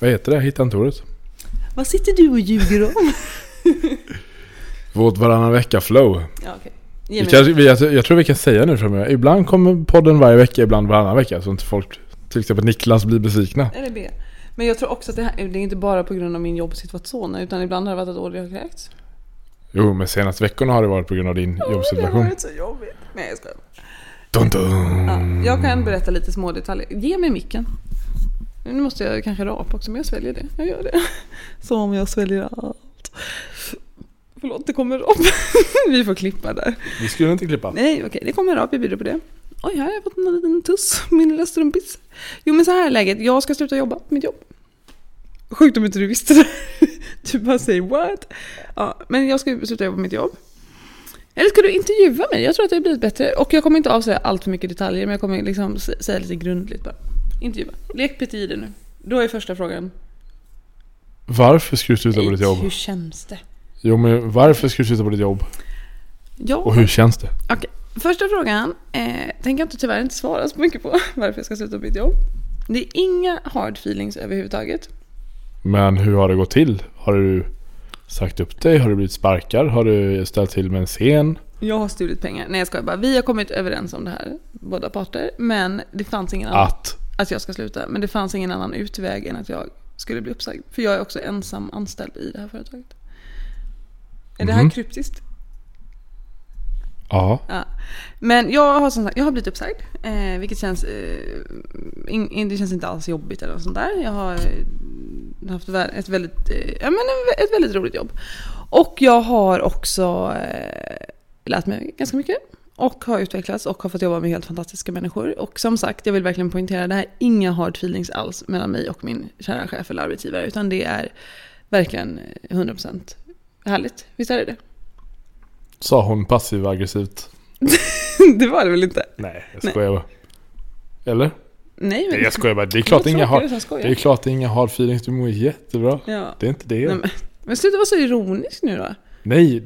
S4: Vad heter det? Jag hittar inte ordet.
S3: Vad sitter du och ljuger om?
S4: Vårt varannan vecka flow.
S3: ja, okej.
S4: Vi
S3: Ge mig.
S4: kanske, vi, jag, jag tror vi kan säga nu framöver. Ibland kommer podden varje vecka, ibland varannan vecka. Så inte folk, till exempel Niklas, blir besvikna.
S3: Eller B. Men jag tror också att det här, det är inte bara på grund av min jobbsituation utan ibland har det varit att Audrey har kräkts.
S4: Jo, men senaste veckorna har det varit på grund av din
S3: Det har
S4: jobbsituation.
S3: varit så jobbigt. Nej, jag skojar.
S4: Dun, dun.
S3: Ja, jag kan berätta lite små detaljer. Ge mig micken. Nu måste jag kanske rapa också, men jag sväljer det. Jag gör det. Som jag sväljer allt. Förlåt, det kommer rap. Vi får klippa där.
S4: Vi skulle inte klippa.
S3: Nej, okej, det kommer rap. Jag bjuder på det. Oj, här har jag fått en liten tuss. Min lilla strumpis. Jo, men så här är läget. Jag ska sluta jobba på mitt jobb. Sjukt om inte du visste det. Du bara säger what? Ja, men jag ska sluta jobba på mitt jobb. Eller ska du intervjua mig? Jag tror att det har blivit bättre. Och jag kommer inte avslöja allt för mycket detaljer, men jag kommer liksom s- säga lite grundligt bara. Intervjua. Lek petider nu. Då är första frågan.
S4: Varför ska du sluta på ditt jobb?
S3: Hur känns det?
S4: Jo, men varför ska du sluta på ditt jobb?
S3: Ja.
S4: Och hur känns det?
S3: Okej, första frågan eh, tänker jag inte, tyvärr inte svara så mycket på varför jag ska sluta mitt jobb. Det är inga hard feelings överhuvudtaget.
S4: Men hur har det gått till? Har du sagt upp dig? Har du blivit sparkad? Har du ställt till med en scen?
S3: Jag har stulit pengar. Nej jag skojar bara. Vi har kommit överens om det här, båda parter. Men det fanns ingen annan,
S4: Att?
S3: att jag ska sluta. Men det fanns ingen annan utväg än att jag skulle bli uppsagd. För jag är också ensam anställd i det här företaget. Är det här
S4: Mhm.
S3: kryptiskt?
S4: Ja.
S3: Ja. Men jag har som sagt, jag har blivit uppsagd. Eh, vilket känns, eh, in, in, det känns inte alls jobbigt eller något sånt där. Jag har eh, haft vä- ett väldigt, eh, ja, men en vä- ett väldigt roligt jobb. Och jag har också eh, lärt mig ganska mycket. Och har utvecklats och har fått jobba med helt fantastiska människor. Och som sagt, jag vill verkligen poängtera, det här är inga hard feelings alls mellan mig och min kära chef eller arbetsgivare. Utan det är verkligen 100% härligt. Visst är det det?
S4: Sa hon passiv aggressivt.
S3: det var det väl inte?
S4: Nej, jag skojar bara. Eller?
S3: Nej, men...
S4: Nej, jag skojar bara. Det är klart det är inga har...
S3: tråkigare som skojar.
S4: Det är klart det är inga hard feelings. Du mår jättebra.
S3: Ja.
S4: Det är inte det.
S3: Nej, men, men sluta vara så ironisk nu då.
S4: Mm. Nej,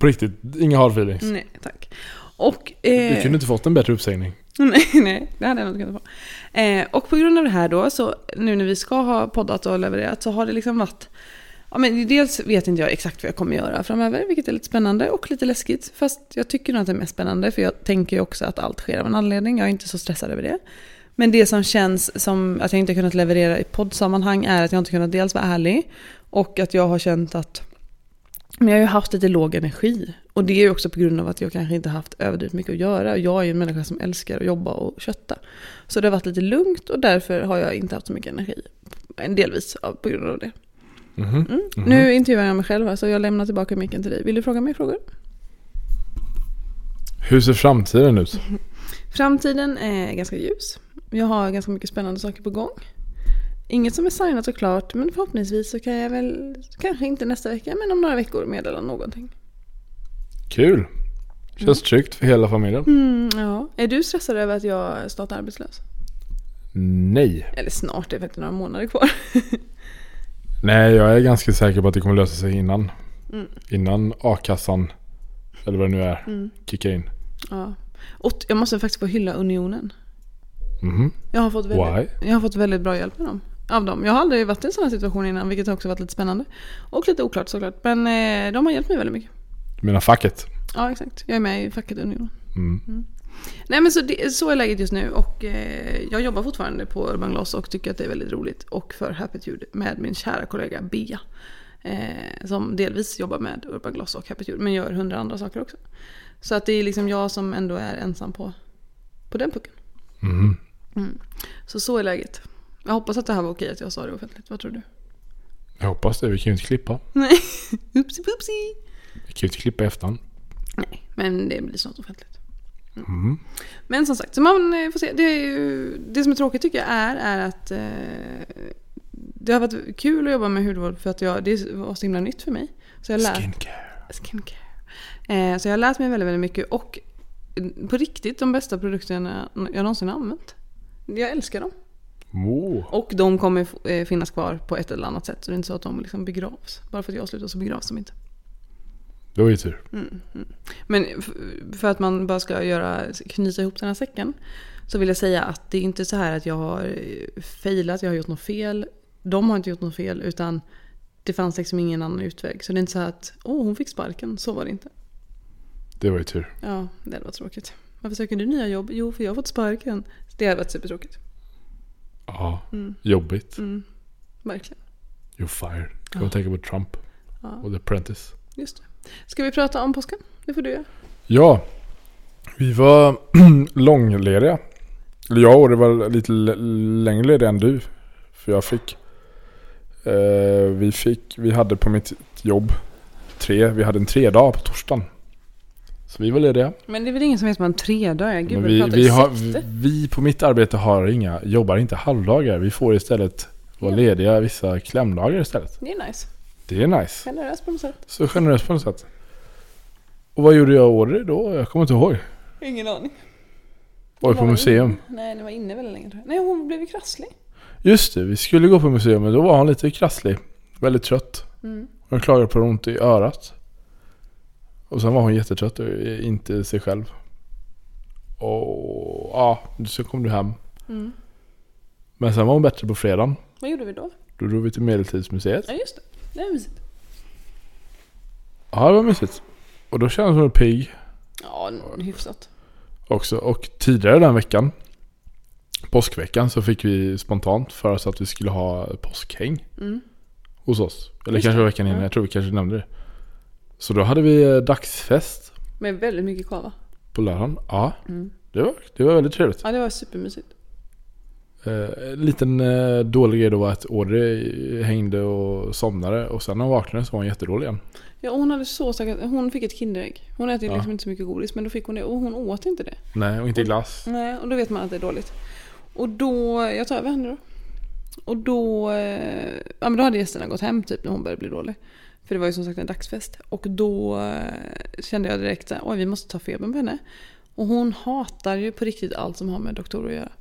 S4: på riktigt. Inga hard feelings.
S3: Nej, tack. Och...
S4: Du
S3: Eh,
S4: kunde inte fått en bättre uppsägning.
S3: nej, nej, det hade jag nog inte kunnat få. Eh, och på grund av det här då, så nu när vi ska ha poddat och levererat så har det liksom varit... Ja, men dels vet inte jag exakt vad jag kommer göra framöver, vilket är lite spännande och lite läskigt. Fast jag tycker nog att det är mest spännande, för jag tänker ju också att allt sker av en anledning. Jag är inte så stressad över det. Men det som känns som att jag inte har kunnat leverera i poddsammanhang är att jag inte kunnat dels vara ärlig och att jag har känt att men jag har ju haft lite låg energi. Och det är ju också på grund av att jag kanske inte haft överdrivet mycket att göra. Och Jag är ju en människa som älskar att jobba och kötta. Så det har varit lite lugnt och därför har jag inte haft så mycket energi. Delvis av- på grund av det.
S4: Mhm.
S3: Mm. Nu intervjuar jag mig själv här, så jag lämnar tillbaka micken till dig. Vill du fråga mig frågor?
S4: Hur ser framtiden ut?
S3: Framtiden är ganska ljus. Jag har ganska mycket spännande saker på gång. Inget som är signat och klart, men förhoppningsvis så kan jag väl, kanske inte nästa vecka, men om några veckor meddela någonting.
S4: Kul. Känns tryggt för hela familjen.
S3: Mm, ja. Är du stressad över att jag snart är arbetslös?
S4: Nej.
S3: Eller snart, det är faktiskt några månader kvar.
S4: Nej, jag är ganska säker på att det kommer lösa sig innan. Innan a-kassan, eller vad det nu är, kickar in.
S3: ja. Och jag måste faktiskt få hylla Unionen.
S4: Mhm.
S3: Jag har, fått väldigt,
S4: Why?
S3: jag har fått väldigt bra hjälp med dem. Av dem. Jag har aldrig varit i en sån här situation innan, vilket har också varit lite spännande. Och lite oklart såklart, men eh, de har hjälpt mig väldigt mycket.
S4: Du menar facket?
S3: Ja, exakt. Jag är med i facket Unionen.
S4: Mm.
S3: Nej men så, det, så är läget just nu och eh, jag jobbar fortfarande på Urban Gloss och tycker att det är väldigt roligt och för Happy Tude med min kära kollega Bea. Eh, som delvis jobbar med Urban Gloss och Happy Tude men gör hundra andra saker också. Så att det är liksom jag som ändå är ensam på, på den pucken. Mm.
S4: Mhm.
S3: Så så är läget. Jag hoppas att det här var okej att jag sa det offentligt. Vad tror du?
S4: Jag hoppas det. Vi kan ju inte klippa.
S3: Nej. Oopsie poopsie.
S4: Vi kan ju inte klippa i efterhand.
S3: Nej, men det blir snart offentligt. Men som sagt, så man eh, får se. Det, är ju, det som är tråkigt tycker jag är, är att eh, det har varit kul att jobba med hudvård för att jag, det var så himla nytt för mig. Så jag lär,
S4: Skincare.
S3: skincare. Eh, så jag har lärt mig väldigt, väldigt mycket och eh, på riktigt de bästa produkterna jag någonsin har använt. Jag älskar dem.
S4: Oh.
S3: Och de kommer f- eh, finnas kvar på ett eller annat sätt. Så det är inte så att de liksom begravs. Bara för att jag slutar så begravs de inte.
S4: Det var ju tur.
S3: Men f- för att man bara ska göra, knyta ihop den här säcken så vill jag säga att det är inte så här att jag har eh, failat, jag har gjort något fel. De har inte gjort något fel utan det fanns liksom ingen annan utväg. Så det är inte så här att åh hon fick sparken, så var det inte.
S4: Det var ju tur.
S3: Ja, det hade varit tråkigt. Varför söker du nya jobb? Jo, för jag har fått sparken. Det hade varit supertråkigt.
S4: Ja. Jobbigt.
S3: Verkligen.
S4: You're fired. Jag oh. tänker på Trump. Och The Apprentice.
S3: Just det. Ska vi prata om påsken? Det får du göra.
S4: Ja, vi var långlediga. Eller jag och det var lite l- längre lediga än du. För jag fick, eh, vi fick, vi hade på mitt jobb tre, vi hade en tre dag på torsdagen. Så vi var lediga.
S3: Men det är väl ingen som vet vad en tredagar? Gud,
S4: Men
S3: vi,
S4: vi,
S3: pratar
S4: vi,
S3: i
S4: har,
S3: sekter.
S4: vi, vi på mitt arbete har inga, jobbar inte halvdagar. Vi får istället vara lediga vissa klämdagar istället.
S3: Det är nice.
S4: Det är nice.
S3: Generöst på något sätt.
S4: Så generöst på något sätt. Och vad gjorde jag i Åre då? Jag kommer inte ihåg.
S3: Ingen aning.
S4: Var på
S3: Var
S4: museum.
S3: inne. Nej, det var inne väldigt länge tror jag. Nej, hon blev ju krasslig.
S4: Just det, vi skulle gå på museum men då var han lite krasslig. Väldigt trött. Hon klagade på ont i örat. Och sen var hon jättetrött och inte sig själv. Och ja, så kom du hem. Men sen var hon bättre på fredagen.
S3: Vad gjorde vi då?
S4: Då drog vi till Medeltidsmuseet.
S3: Ja, just det. Det var mysigt.
S4: Ja, det var mysigt. Och då kändes hon pigg
S3: Ja, n- hyfsat.
S4: också. Och tidigare den veckan, påskveckan, så fick vi spontant för oss att vi skulle ha påskhäng. Hos oss. Eller kanske veckan innan, jag tror vi kanske nämnde det. Så då hade vi eh, dagsfest
S3: Med väldigt mycket kava.
S4: på lördagen. Ja, det, var, det var väldigt trevligt.
S3: Ja, det var supermysigt.
S4: Eh, en liten eh, dålig grej då var att Audrey hängde och somnade och sen när hon vaknade så var hon jättedålig igen.
S3: Ja, och hon hade så säkert... Hon fick ett Kinderägg. Hon äter ju liksom inte så mycket godis, men då fick hon det. Och hon åt inte det.
S4: Nej, och inte glass.
S3: Nej, och då vet man att det är dåligt. Och då... Jag tar över henne då. Och då... eh, Ja, men då hade gästerna gått hem typ när hon började bli dålig. För det var ju som sagt en dagsfest. Och då eh, kände jag direkt att oj, vi måste ta febern på henne. Och hon hatar ju på riktigt allt som har med doktorer att göra.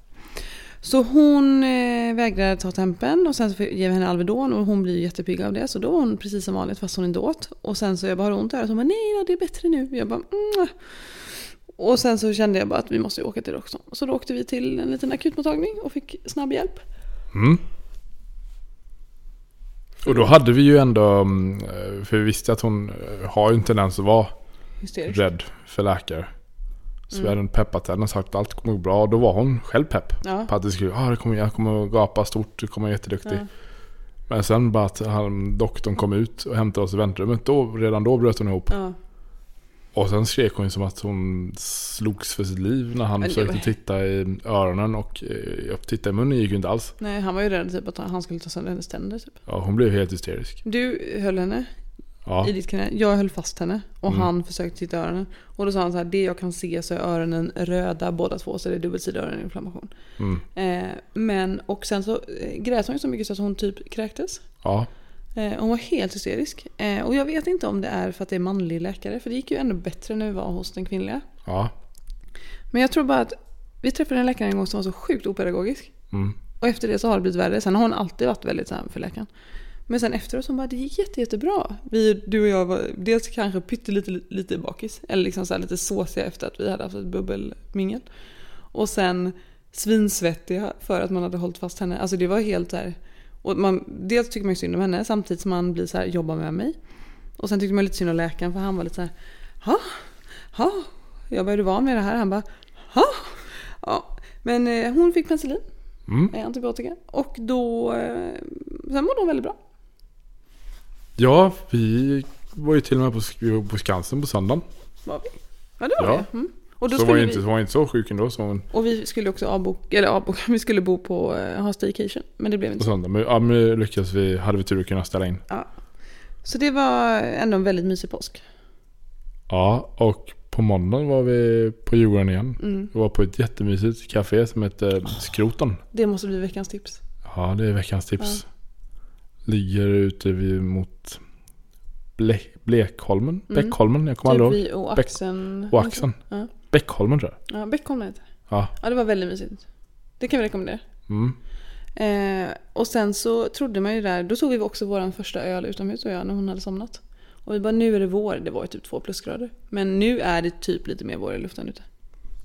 S3: Så hon eh, vägrade ta tempen och sen så ger vi henne Alvedon och hon blir ju jättepigg av det. Så då var hon precis som vanligt fast hon inte åt. Och sen så jag bara har du ont i örat. Hon bara nej då, det är bättre nu. Jag bara mm. Och sen så kände jag bara att vi måste ju åka till doktorn. Så då åkte vi till en liten akutmottagning och fick snabb hjälp.
S4: Och då hade vi ju ändå, mm, eh, för vi visste att hon eh, har ju en tendens att vara
S3: Hysteriskt.
S4: rädd för läkare. Så
S3: Mm.
S4: vi hade en peppat henne och sagt allt kommer gå bra. Och då var hon själv pepp.
S3: Ja.
S4: På att det skulle, ah, det kommer, jag kommer att gapa stort, du kommer vara jätteduktig. Men sen bara att han, doktorn kom ut och hämtade oss i väntrummet. Då, redan då bröt hon ihop.
S3: Ja.
S4: Och sen skrek hon ju som att hon slogs för sitt liv när han
S3: Men det
S4: försökte
S3: var-
S4: titta i öronen och eh, titta i munnen gick ju inte alls.
S3: Nej, han var ju rädd typ att han skulle ta sönder hennes tänder. Typ.
S4: Ja, hon blev helt hysterisk.
S3: Du höll henne
S4: Ja,
S3: i ditt knä. Jag höll fast henne och han försökte titta i öronen. Och då sa han så här, det jag kan se så är öronen röda båda två så det är dubbelsidig öroninflammation. Eh, men och sen så eh, grät hon ju så mycket så att hon typ kräktes.
S4: ja,
S3: Eh, hon var helt hysterisk. Eh, och jag vet inte om det är för att det är manlig läkare för det gick ju ändå bättre när vi var hos den kvinnliga.
S4: ja.
S3: Men jag tror bara att vi träffade en läkare en gång som var så sjukt opedagogisk.
S4: Mm.
S3: Och efter det så har det blivit värre. Sen har hon alltid varit väldigt så här för läkaren. Men sen efteråt så hon bara, det gick jätte, jättebra. Vi, du och jag var dels kanske pyttelite lite bakis. Eller liksom så här lite såsiga efter att vi hade haft ett bubbelmingel. Och sen svinsvettiga för att man hade hållit fast henne. Alltså det var helt så här. Och man, dels tycker man ju synd om henne samtidigt som man blir så här, jobba med mig. Och sen tyckte man lite synd om läkaren för han var lite så här, ha, ha. Jag började van med det här. Han bara, ha. Ja. Men eh, hon fick penicillin
S4: Mm.
S3: eh, antibiotika. Och då... Eh, sen mådde hon väldigt bra.
S4: Ja, vi var ju till och med på, vi var på Skansen på söndagen.
S3: Var vi. Ja, det var
S4: Ja.
S3: vi. Mm. Och, då
S4: Så var
S3: skulle
S4: ju inte,
S3: vi,
S4: hon var inte så sjuk ändå som hon
S3: och vi skulle också avboka, eller avboka, vi skulle bo på, eh, ha staycation. Men det blev
S4: på
S3: inte så.
S4: söndagen. Men, ja, men lyckades vi, hade vi tur att kunna ställa in.
S3: Ja. Så det var ändå en väldigt mysig påsk.
S4: Ja, och på måndagen var vi på Djurgården igen.
S3: Mm.
S4: Vi var på ett jättemysigt café som heter Skroten.
S3: Det måste bli veckans tips.
S4: Ja, det är veckans tips. Ligger ute vid, mot Ble Blekholmen? Bäckholmen? Jag kommer
S3: Typ
S4: aldrig ihåg.
S3: vid och
S4: Bäck-
S3: axeln.
S4: Och axeln.
S3: Ja.
S4: Bäckholmen tror jag.
S3: Ja, Beckholm heter det.
S4: Ja.
S3: Ja, det var väldigt mysigt. Det kan vi rekommendera.
S4: Mm.
S3: Eh, och sen så trodde man ju där, då tog vi också vår första öl utomhus och jag när hon hade somnat. Och vi bara nu är det vår, det var ju typ två plusgrader. Men nu är det typ lite mer vår i luften ute.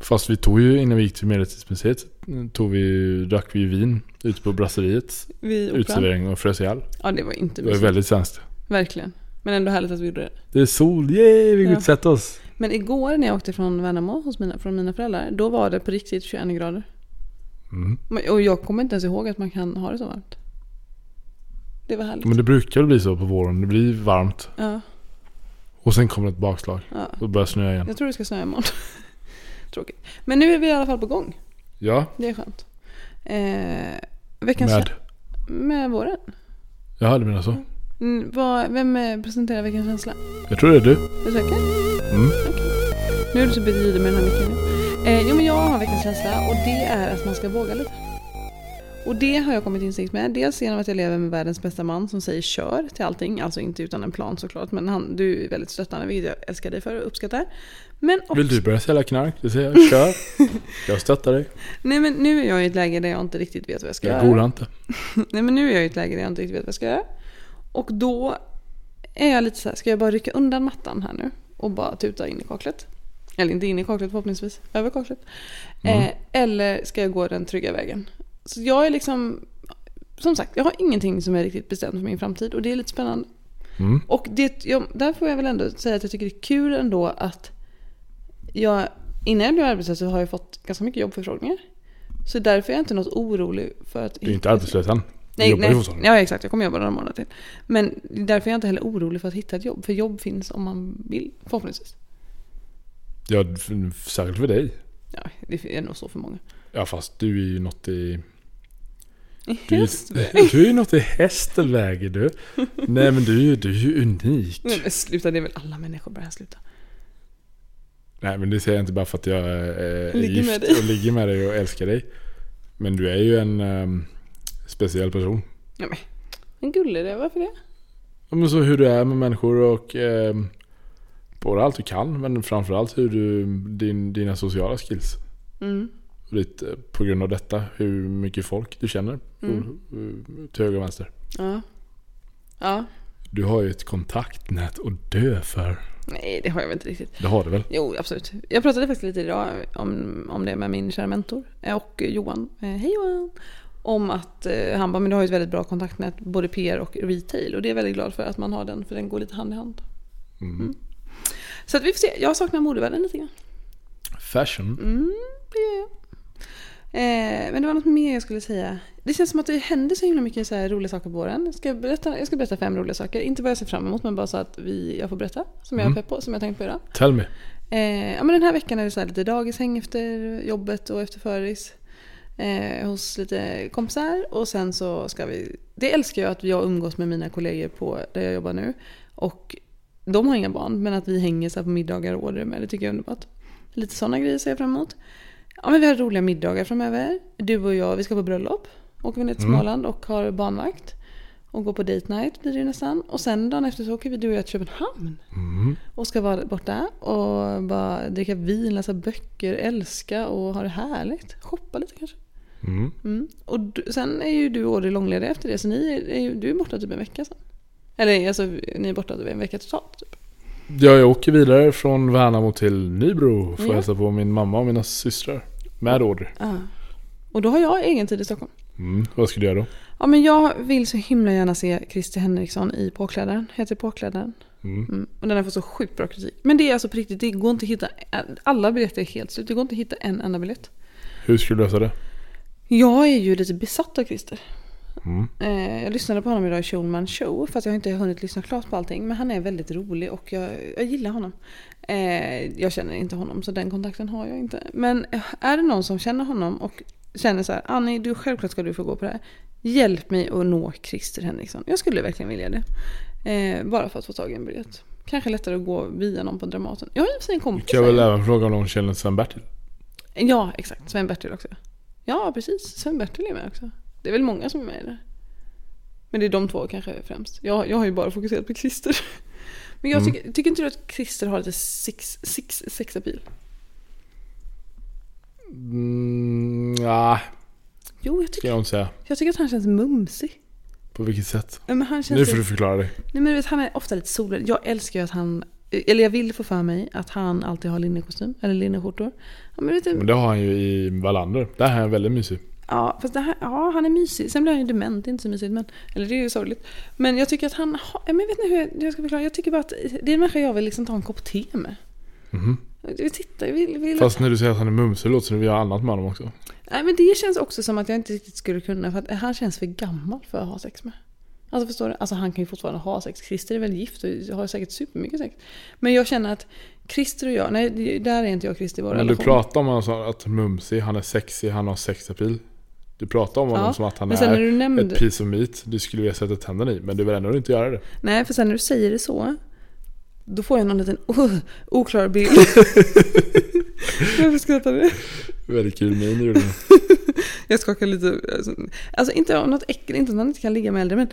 S4: Fast vi tog ju innan vi gick till Medeltidsmuseet tog vi, drack vi ju vin ute på brasseriets
S3: Vid operan.
S4: uteservering och frös ihjäl.
S3: Ja det var inte
S4: Det var
S3: mysigt.
S4: väldigt svenskt.
S3: Verkligen. Men ändå härligt att vi gjorde det.
S4: Det är sol, yay! Vi går
S3: Ja.
S4: ut och sätter oss.
S3: Men igår när jag åkte från Värnamo hos mina, från mina föräldrar, då var det på riktigt 21 grader.
S4: Mm.
S3: Men- Och jag kommer inte ens ihåg att man kan ha det så varmt. Det var härligt.
S4: Men det brukar väl bli så på våren. Det blir varmt.
S3: Ja,
S4: Och sen kommer ett bakslag.
S3: ja.
S4: Och börjar snöa igen.
S3: Jag tror det ska snöa imorgon. Tråkigt. Men nu är vi i alla fall på gång.
S4: Ja,
S3: Det är skönt. Eh, veckans
S4: med.
S3: med våren.
S4: Ja, du menar så.
S3: Mm, vad, vem eh, presenterar veckans känsla?
S4: Jag tror det är du.
S3: Är du säker?
S4: Mm.
S3: Okej. Nu är du så bedriven med den här micken. Eh, jo men jag har veckans känsla och det är att man ska våga lite. Och det har jag kommit till insikt med. Dels genom att jag lever med världens bästa man som säger kör till allting. Alltså inte utan en plan såklart. Men han, du är väldigt stöttande vilket jag älskar dig för och uppskattar. Men också,
S4: Vill du börja sälja knark? Det säger jag. Kör. jag stöttar dig.
S3: Nej men nu är jag i ett läge där jag inte riktigt vet vad jag ska
S4: Jag
S3: göra.
S4: golar inte.
S3: Nej men nu är jag i ett läge där jag inte riktigt vet vad jag ska göra. Och då är jag lite så här, ska jag bara rycka undan mattan här nu och bara tuta in i kaklet? Eller inte in i kaklet förhoppningsvis, över kaklet.
S4: Mm.
S3: Eh, eller ska jag gå den trygga vägen? Så jag är liksom, som sagt, jag har ingenting som är riktigt bestämt för min framtid och det är lite spännande.
S4: Mm.
S3: Och det, jag, där får jag väl ändå säga att jag tycker det är kul ändå att jag, innan jag blev arbetslös så har jag fått ganska mycket jobbförfrågningar. Så därför är jag inte något orolig för att...
S4: Du är inte arbetslös än. Du
S3: Nej,
S4: jobbar ju
S3: nej.
S4: hos honom.
S3: Ja, exakt. Jag kommer jobba några månader till. Men därför är jag inte heller orolig för att hitta ett jobb. För jobb finns om man vill, förhoppningsvis.
S4: Ja, f- särskilt för dig.
S3: Ja, det är nog så för många.
S4: Ja, fast du är ju något i... Du,
S3: Hästväg.
S4: du är ju något i hästelväg du. Nej men du, är ju- du är ju unik.
S3: Nej men sluta, det är väl alla människor bara sluta.
S4: Nej men det säger jag inte bara för att jag eh, är
S3: Ligger
S4: gift
S3: med dig.
S4: och ligger med dig och älskar dig. Men du är ju en ehm, speciell person.
S3: Nej men. Men gullig det, varför det?
S4: Ja, men så hur du är med människor och ehm, både allt du kan men framförallt hur du, din, dina sociala skills.
S3: Mm.
S4: Och ditt, eh, på grund av detta hur mycket folk du känner
S3: Mm.
S4: och, och, till höger och vänster.
S3: Ja. Ja.
S4: Du har ju ett kontaktnät att dö för.
S3: Nej, det har jag väl inte riktigt.
S4: Det har du väl?
S3: Jo, absolut. Jag pratade faktiskt lite idag om, om det med min kära mentor eh, och Johan. Eh, Hej Johan! Om att eh, han bara, men du har ju ett väldigt bra kontaktnät både PR och retail och det är jag väldigt glad för att man har den för den går lite hand i hand.
S4: Mm.
S3: Så att vi får se. Jag saknar modevärlden lite grann.
S4: Fashion.
S3: Mm, det gör jag. Eh, men det var något mer jag skulle säga. Det känns som att det händer så himla mycket så här roliga saker på våren. Jag ska, berätta, jag ska berätta fem roliga saker. Inte vad jag ser fram emot men bara så att vi, jag får berätta. Som jag är
S4: Mm.
S3: pepp på, som jag tänkt på idag.
S4: Tell me.
S3: Eh, ja, men den här veckan är det så här lite dagishäng efter jobbet och efter föris. Eh, hos lite kompisar. Och sen så ska vi... Det älskar jag att jag umgås med mina kollegor på där jag jobbar nu. Och de har inga barn men att vi hänger så här på middagar och order med. Det tycker jag är underbart. Lite sådana grejer ser jag fram emot. Ja men vi har roliga middagar framöver. Du och jag, vi ska på bröllop. Åker vi ner till Småland och har barnvakt. Och går på date night blir det ju nästan. Och sen dagen efter så åker vi du och jag till Köpenhamn. Och ska vara borta och bara dricka vin, läsa böcker, älska och ha det härligt. Shoppa lite kanske.
S4: Mm.
S3: Mm. Och du, sen är ju du och Audrey långlediga efter det så ni är, är, ju- du är borta typ en vecka sen. Eller alltså ni är borta typ en vecka totalt. Typ.
S4: Ja, jag åker vidare från Värnamo till Nybro för att
S3: Ja.
S4: hälsa på min mamma och mina systrar. Med Audrey.
S3: Och då har jag egen tid i Stockholm.
S4: Mm. Vad ska du göra då?
S3: Ja men jag vill så himla gärna se Christer Henriksson i Påklädaren. Heter Påklädaren.
S4: Mm.
S3: Mm. Och den har fått så sjukt bra kritik. Men det är alltså på riktigt, det går inte att hitta, alla biljetter är helt slut. Det går inte att hitta en enda biljett.
S4: Hur ska du lösa det?
S3: Jag är ju lite besatt av Christer.
S4: Mm.
S3: Eh, jag lyssnade på honom idag i Schulman show för att jag inte har hunnit lyssna klart på allting. Men han är väldigt rolig och jag, jag gillar honom. Eh, jag känner inte honom så den kontakten har jag inte. Men eh, är det någon som känner honom och känner så här, Annie du, självklart ska du få gå på det här. Hjälp mig att nå Christer Henriksson. Jag skulle verkligen vilja det. Eh, bara för att få tag i en biljett. Kanske lättare att gå via någon på Dramaten. Jag har ju i och för sig en
S4: Du
S3: kompis.
S4: kan
S3: där.
S4: väl även fråga om någon känner Sven-Bertil?
S3: Ja, exakt. Sven-Bertil också. Ja, precis. Sven-Bertil är med också. Det är väl många som är med i det. Men det är de två kanske främst. Jag, jag har ju bara fokuserat på Christer. Men
S4: Mm.
S3: jag tycker, tycker inte du att Christer har lite six, six, sexapil?
S4: Mm, ja,
S3: Jo, jag
S4: ska
S3: tycker,
S4: jag inte säga.
S3: jag tycker att han känns mumsig.
S4: På vilket sätt?
S3: Nej, Men han känns
S4: Nu får du förklara dig.
S3: Nej men du vet, han är ofta lite solig. Jag älskar ju att han, eller jag vill få för mig att han alltid har linnekostym, eller linneskjortor. Ja, men du vet,
S4: Men det har han ju i Wallander. Där är han väldigt mysig.
S3: Ja, fast det här, ja, han är mysig. Sen blir han ju dement, det är inte så mysigt. Men, eller det är ju sorgligt. Men jag tycker att han har... ja, Men vet ni hur jag, hur jag ska förklara? Jag tycker bara att det är en människa jag vill liksom ta en kopp te med. Jag vill titta, jag vill... vill
S4: Mhm. Fast när du säger att han är mumsig låter det som att vi har annat med honom också.
S3: Nej, men det känns också som att jag inte riktigt skulle kunna. För att han känns för gammal för att ha sex med. Alltså förstår du? Alltså han kan ju fortfarande ha sex. Christer är väl gift och har säkert supermycket sex. Men jag känner att Christer och jag, nej det- där är inte jag och Christer i vår
S4: Men du
S3: relation.
S4: pratar om honom som att han är mumsig, han är sexig, han har sexapil. Du pratar om honom
S3: Ja,
S4: som att han
S3: men sen när du
S4: är
S3: nämnde-
S4: ett piece of meat du skulle vilja sätta tänderna i. Men du vill ändå inte göra det.
S3: Nej, för sen när du säger det så, då får jag någon liten oh, oklar bild. Varför skrattar du?
S4: Väldigt kul min gjorde det.
S3: Jag skakar lite. alltså, Alltså inte av något äckel, inte att man inte kan ligga med äldre, men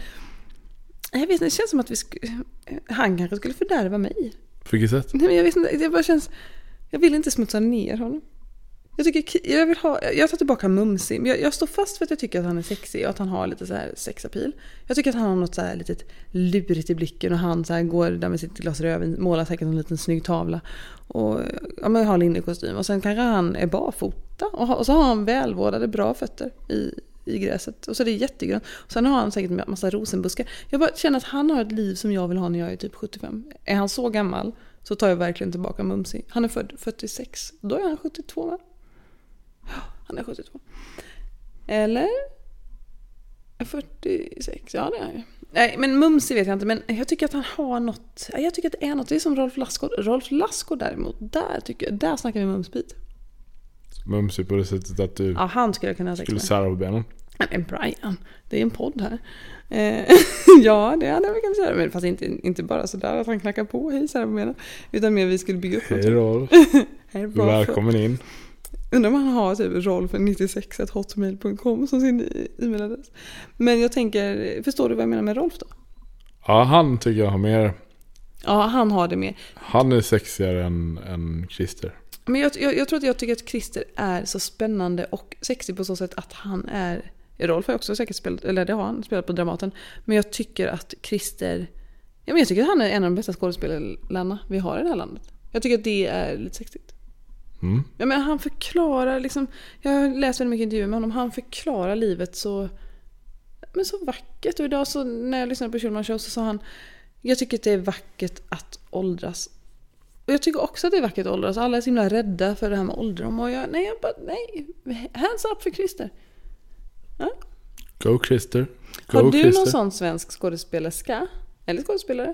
S3: jag vet inte, det känns som att vi sk- han kanske skulle fördärva mig.
S4: På vilket sätt?
S3: Nej, men jag vet inte, det bara känns... Jag vill inte smutsa ner honom. Jag, tycker, jag, vill ha, jag tar tillbaka mumsig. men Jag, jag står fast för att jag tycker att han är sexig och att han har lite så här sexapil. Jag tycker att han har något så här litet lurigt i blicken och han så här går där med sitt glas rödvin, målar säkert en liten snygg tavla. Och ja, men har linnekostym. Och sen kanske han är barfota. Och, har- och så har han välvårdade, bra fötter i, i gräset. Och så är det jättegrönt. Och sen har han säkert en massa rosenbuskar. Jag bara känner att han har ett liv som jag vill ha när jag är typ 75. Är han så gammal så tar jag verkligen tillbaka Mumsi. Han är född 46. Då är han 72 va? Ja, han är 72. Eller? 46, ja det är han ju. Nej men Mumsi vet jag inte men jag tycker att han har något. Jag tycker att det är något. Det är som Rolf Lassgård. Rolf Lassgård däremot, där tycker jag, där snackar vi mumsbit.
S4: Mumsig på det sättet att du
S3: Ja han skulle jag kunna ha sex
S4: skulle
S3: med.
S4: sära på benen.
S3: Nej, Men Brian, det är en podd här. Eh, ja, det hade jag väl kunnat göra. Men fast inte, inte bara sådär att han knackar på, hej så här på benen. Utan mer vi skulle bygga upp
S4: Hej
S3: något.
S4: Rolf.
S3: Hej Rolf.
S4: Välkommen in.
S3: Undrar om han har typ rolf96hotmail.com som sin e- e-mailadress. Men jag tänker, förstår du vad jag menar med Rolf då?
S4: Ja, han tycker jag har mer.
S3: Ja, han har det med.
S4: Han är sexigare än, än Christer.
S3: Men jag, jag, jag tror att jag tycker att Christer är så spännande och sexig på så sätt att han är... Rolf har också säkert spelat, eller det har han, spelat på Dramaten. Men jag tycker att Christer... Ja, men jag tycker att han är en av de bästa skådespelarna vi har i det här landet. Jag tycker att det är lite sexigt.
S4: Mm.
S3: Ja, men han förklarar liksom... Jag har läst väldigt mycket intervjuer med honom. Han förklarar livet så... Men så vackert. Och idag så när jag lyssnade på Schulman Show så sa han... Jag tycker att det är vackert att åldras Och jag tycker också att det är vackert att åldras. Alla är så himla rädda för det här med ålderdom. Och jag, nej, jag bara, nej. Hands up för Christer. Ja.
S4: Go Christer. Go
S3: Har du
S4: Christer.
S3: någon sån svensk skådespelerska, eller skådespelare,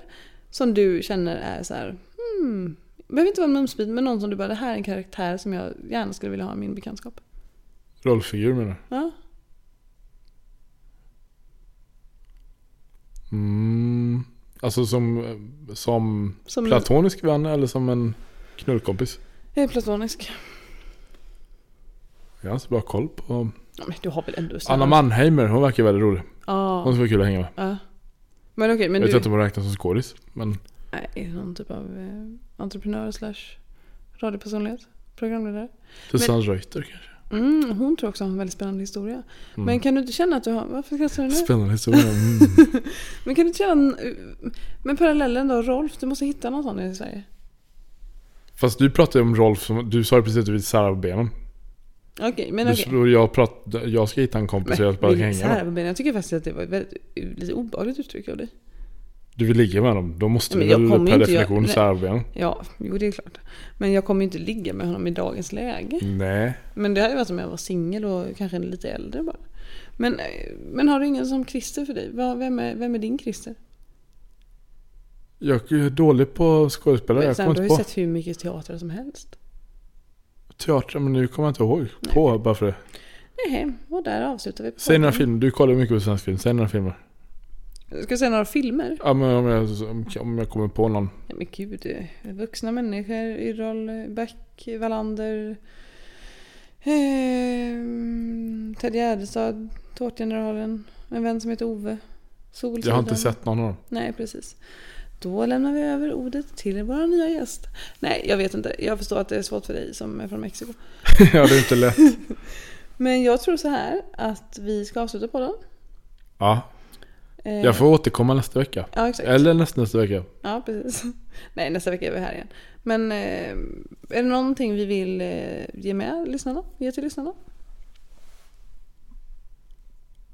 S3: som du känner är så här, hmm, behöver inte vara en mumsbit, men någon som du bara, det här är en karaktär som jag gärna skulle vilja ha i min bekantskap.
S4: Rollfigur menar
S3: Ja.
S4: du? Mm. Alltså som, eh, som,
S3: Som-
S4: platonisk vän eller som en knullkompis?
S3: Jag är platonisk.
S4: Jag har inte så bra koll på...
S3: Ja, men du har väl ändå så
S4: Anna Mannheimer, hon verkar väldigt rolig.
S3: Ja.
S4: Hon skulle vara kul att hänga med.
S3: ja. Men okej, men
S4: jag vet
S3: du
S4: inte om hon räknas som skådis. Men
S3: nej, någon typ av eh, entreprenör slash radiopersonlighet, programledare.
S4: Susanne Reuter kanske.
S3: Mm, hon tror också har en väldigt spännande historia.
S4: Mm.
S3: Men kan du inte känna att du har, varför skrattar du nu?
S4: Spännande historia. Mm.
S3: Men kan du inte göra en... Men parallellen då, Rolf, du måste hitta någon sån i Sverige.
S4: Fast du pratade ju om Rolf, som, du sa ju precis att du vill sära på benen.
S3: Okej, men
S4: Du-
S3: okej.
S4: och jag, prat, jag ska hitta en kompis och jag bara
S3: Men
S4: ska hänga
S3: så här
S4: med.
S3: på benen. Jag tycker faktiskt att det var ett väldigt, lite obehagligt uttryck av dig.
S4: Du vill ligga med dem. Då måste
S3: Men
S4: du
S3: jag
S4: väl
S3: kommer
S4: per
S3: inte göra-
S4: definition
S3: nej.
S4: sära på benen.
S3: Ja, jo det är klart. Men jag kommer ju inte ligga med honom i dagens läge.
S4: Mm. Nej.
S3: Men det hade ju varit om jag var singel och kanske lite äldre bara. Men, eh, men har du ingen som Christer för dig? Vad- Vem är, vem är din Christer?
S4: Jag är dålig på skådespelare. Jag
S3: Sen, du
S4: kommer
S3: har ju
S4: inte på.
S3: sett hur mycket teater som helst.
S4: Teater, men nu kommer jag inte ihåg. På bara för det.
S3: Nej, och där avslutar vi.
S4: Säg några
S3: podden.
S4: filmer. Du kollar ju mycket på svensk film. Säg några filmer.
S3: Ska jag säga några filmer?
S4: Ja, men om, jag, om- om jag kommer på någon.
S3: Nej men gud, eh, vuxna människor, Yrrol, Beck, Wallander, eh, Ted Gärdestad, Tårtgeneralen, En vän som heter Ove, Solsidan.
S4: Jag har inte sett någon av dem.
S3: Nej, precis. Då lämnar vi över ordet till vår nya gäst. Nej, jag vet inte. Jag förstår att det är svårt för dig som är från Mexiko.
S4: ja, det är inte lätt.
S3: Men jag tror så här att vi ska avsluta podden.
S4: Ja.
S3: Eh,
S4: Jag får återkomma nästa vecka.
S3: Ja, exakt.
S4: Eller nästa, nästa vecka.
S3: Ja, precis. Nej, nästa vecka är vi här igen. Men eh, är det någonting vi vill eh, ge med lyssnarna? Ge till lyssnarna?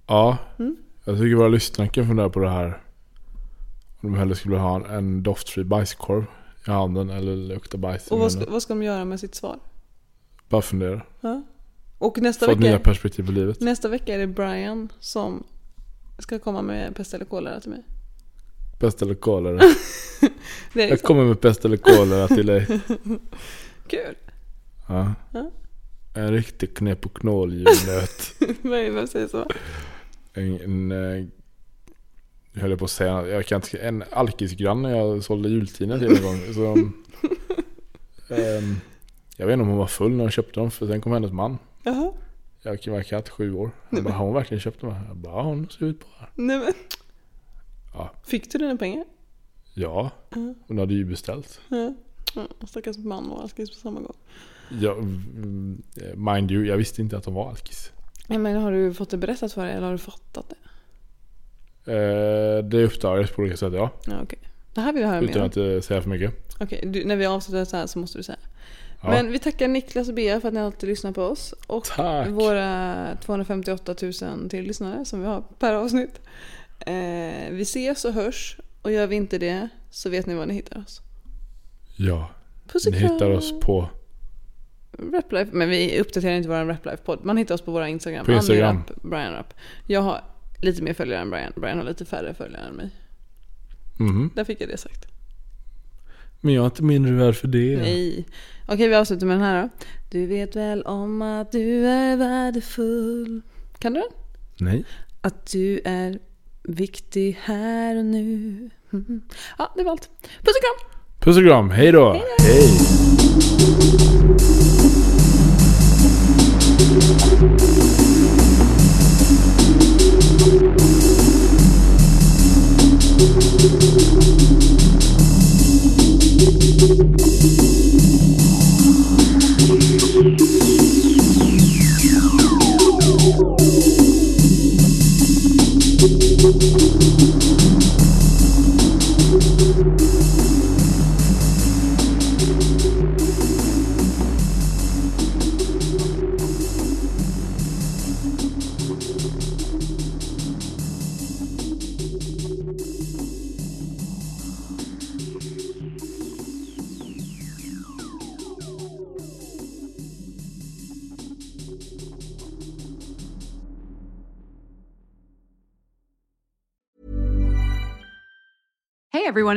S4: Ja.
S3: Mm.
S4: Jag tycker våra lyssnare kan fundera på det här. Om de hellre skulle vilja ha en, en doftfri bajskorv i handen eller lukta bajs. i
S3: Och vad
S4: munnen.
S3: ska, vad ska de göra med sitt svar?
S4: Bara fundera.
S3: Ja. Och nästa
S4: Få ett nya
S3: vecka,
S4: perspektiv på livet.
S3: nästa vecka är det Brian som ska komma med pest eller kolera till mig.
S4: Pest eller kolera.
S3: Det är
S4: Jag
S3: kom...
S4: kommer med pest eller kolera till dig.
S3: kul.
S4: Ja.
S3: Ja.
S4: En riktig knep och knåldjurnöt.
S3: Nej, men säg så.
S4: En, en, eh, jag höll på att säga jag kan inte, En alkisgranne jag sålde jultidningar till en gång. Så, ehm, jag vet inte om hon var full när hon köpte dem. För sen kom hennes man.
S3: Jaha.
S4: Jag kan vara katt sju år. Jag bara, har hon verkligen köpt dem här? Jag bara, "Ja, hon ser ut på det här.
S3: Nej, men.
S4: Ja.
S3: Fick du dina pengar?
S4: Ja, hon hade ju beställt.
S3: Ja. Mm, stackars man och alkis på samma gång.
S4: Jag, mm, mind you, jag visste inte att de var alkis.
S3: Nej, men har du fått det berättat för dig eller har du fattat det?
S4: Eh, Det uppdagades på olika sätt ja.
S3: Ja, okej. Det här vill jag höra mer
S4: Utan
S3: om.
S4: att eh, säga för mycket.
S3: Okej, du- när vi avslutar så här så måste du säga.
S4: Ja.
S3: Men vi tackar Niklas och Bea för att ni alltid lyssnar på oss. Och
S4: Tack.
S3: våra 258 000 till lyssnare som vi har per avsnitt. Eh, vi ses och hörs. Och gör vi inte det så vet ni var ni hittar oss.
S4: Ja.
S3: Puss och
S4: Ni hittar
S3: kram.
S4: oss på,
S3: Raplife. Men vi uppdaterar inte vår Raplife-podd. Man hittar oss på våra Instagram.
S4: På Instagram.
S3: Annie Rapp, Brian Rapp. Jag har lite mer följare än Brian. Brian har lite färre följare än mig.
S4: Mhm.
S3: Där fick jag det sagt.
S4: men jag är inte mindre värd för det.
S3: Nej. Okej, vi avslutar med den här då. Du vet väl om att du är värdefull. Kan du den?
S4: Nej.
S3: Att du är viktig här och nu. Mhm. Ja, det var allt. Puss och kram!
S4: Puss och kram, hej då. Hej.
S1: Hey everyone,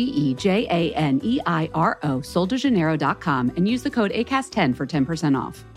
S1: E J A N E I R O, soldejaneiro.com, and use the code ACAST10 for 10% off.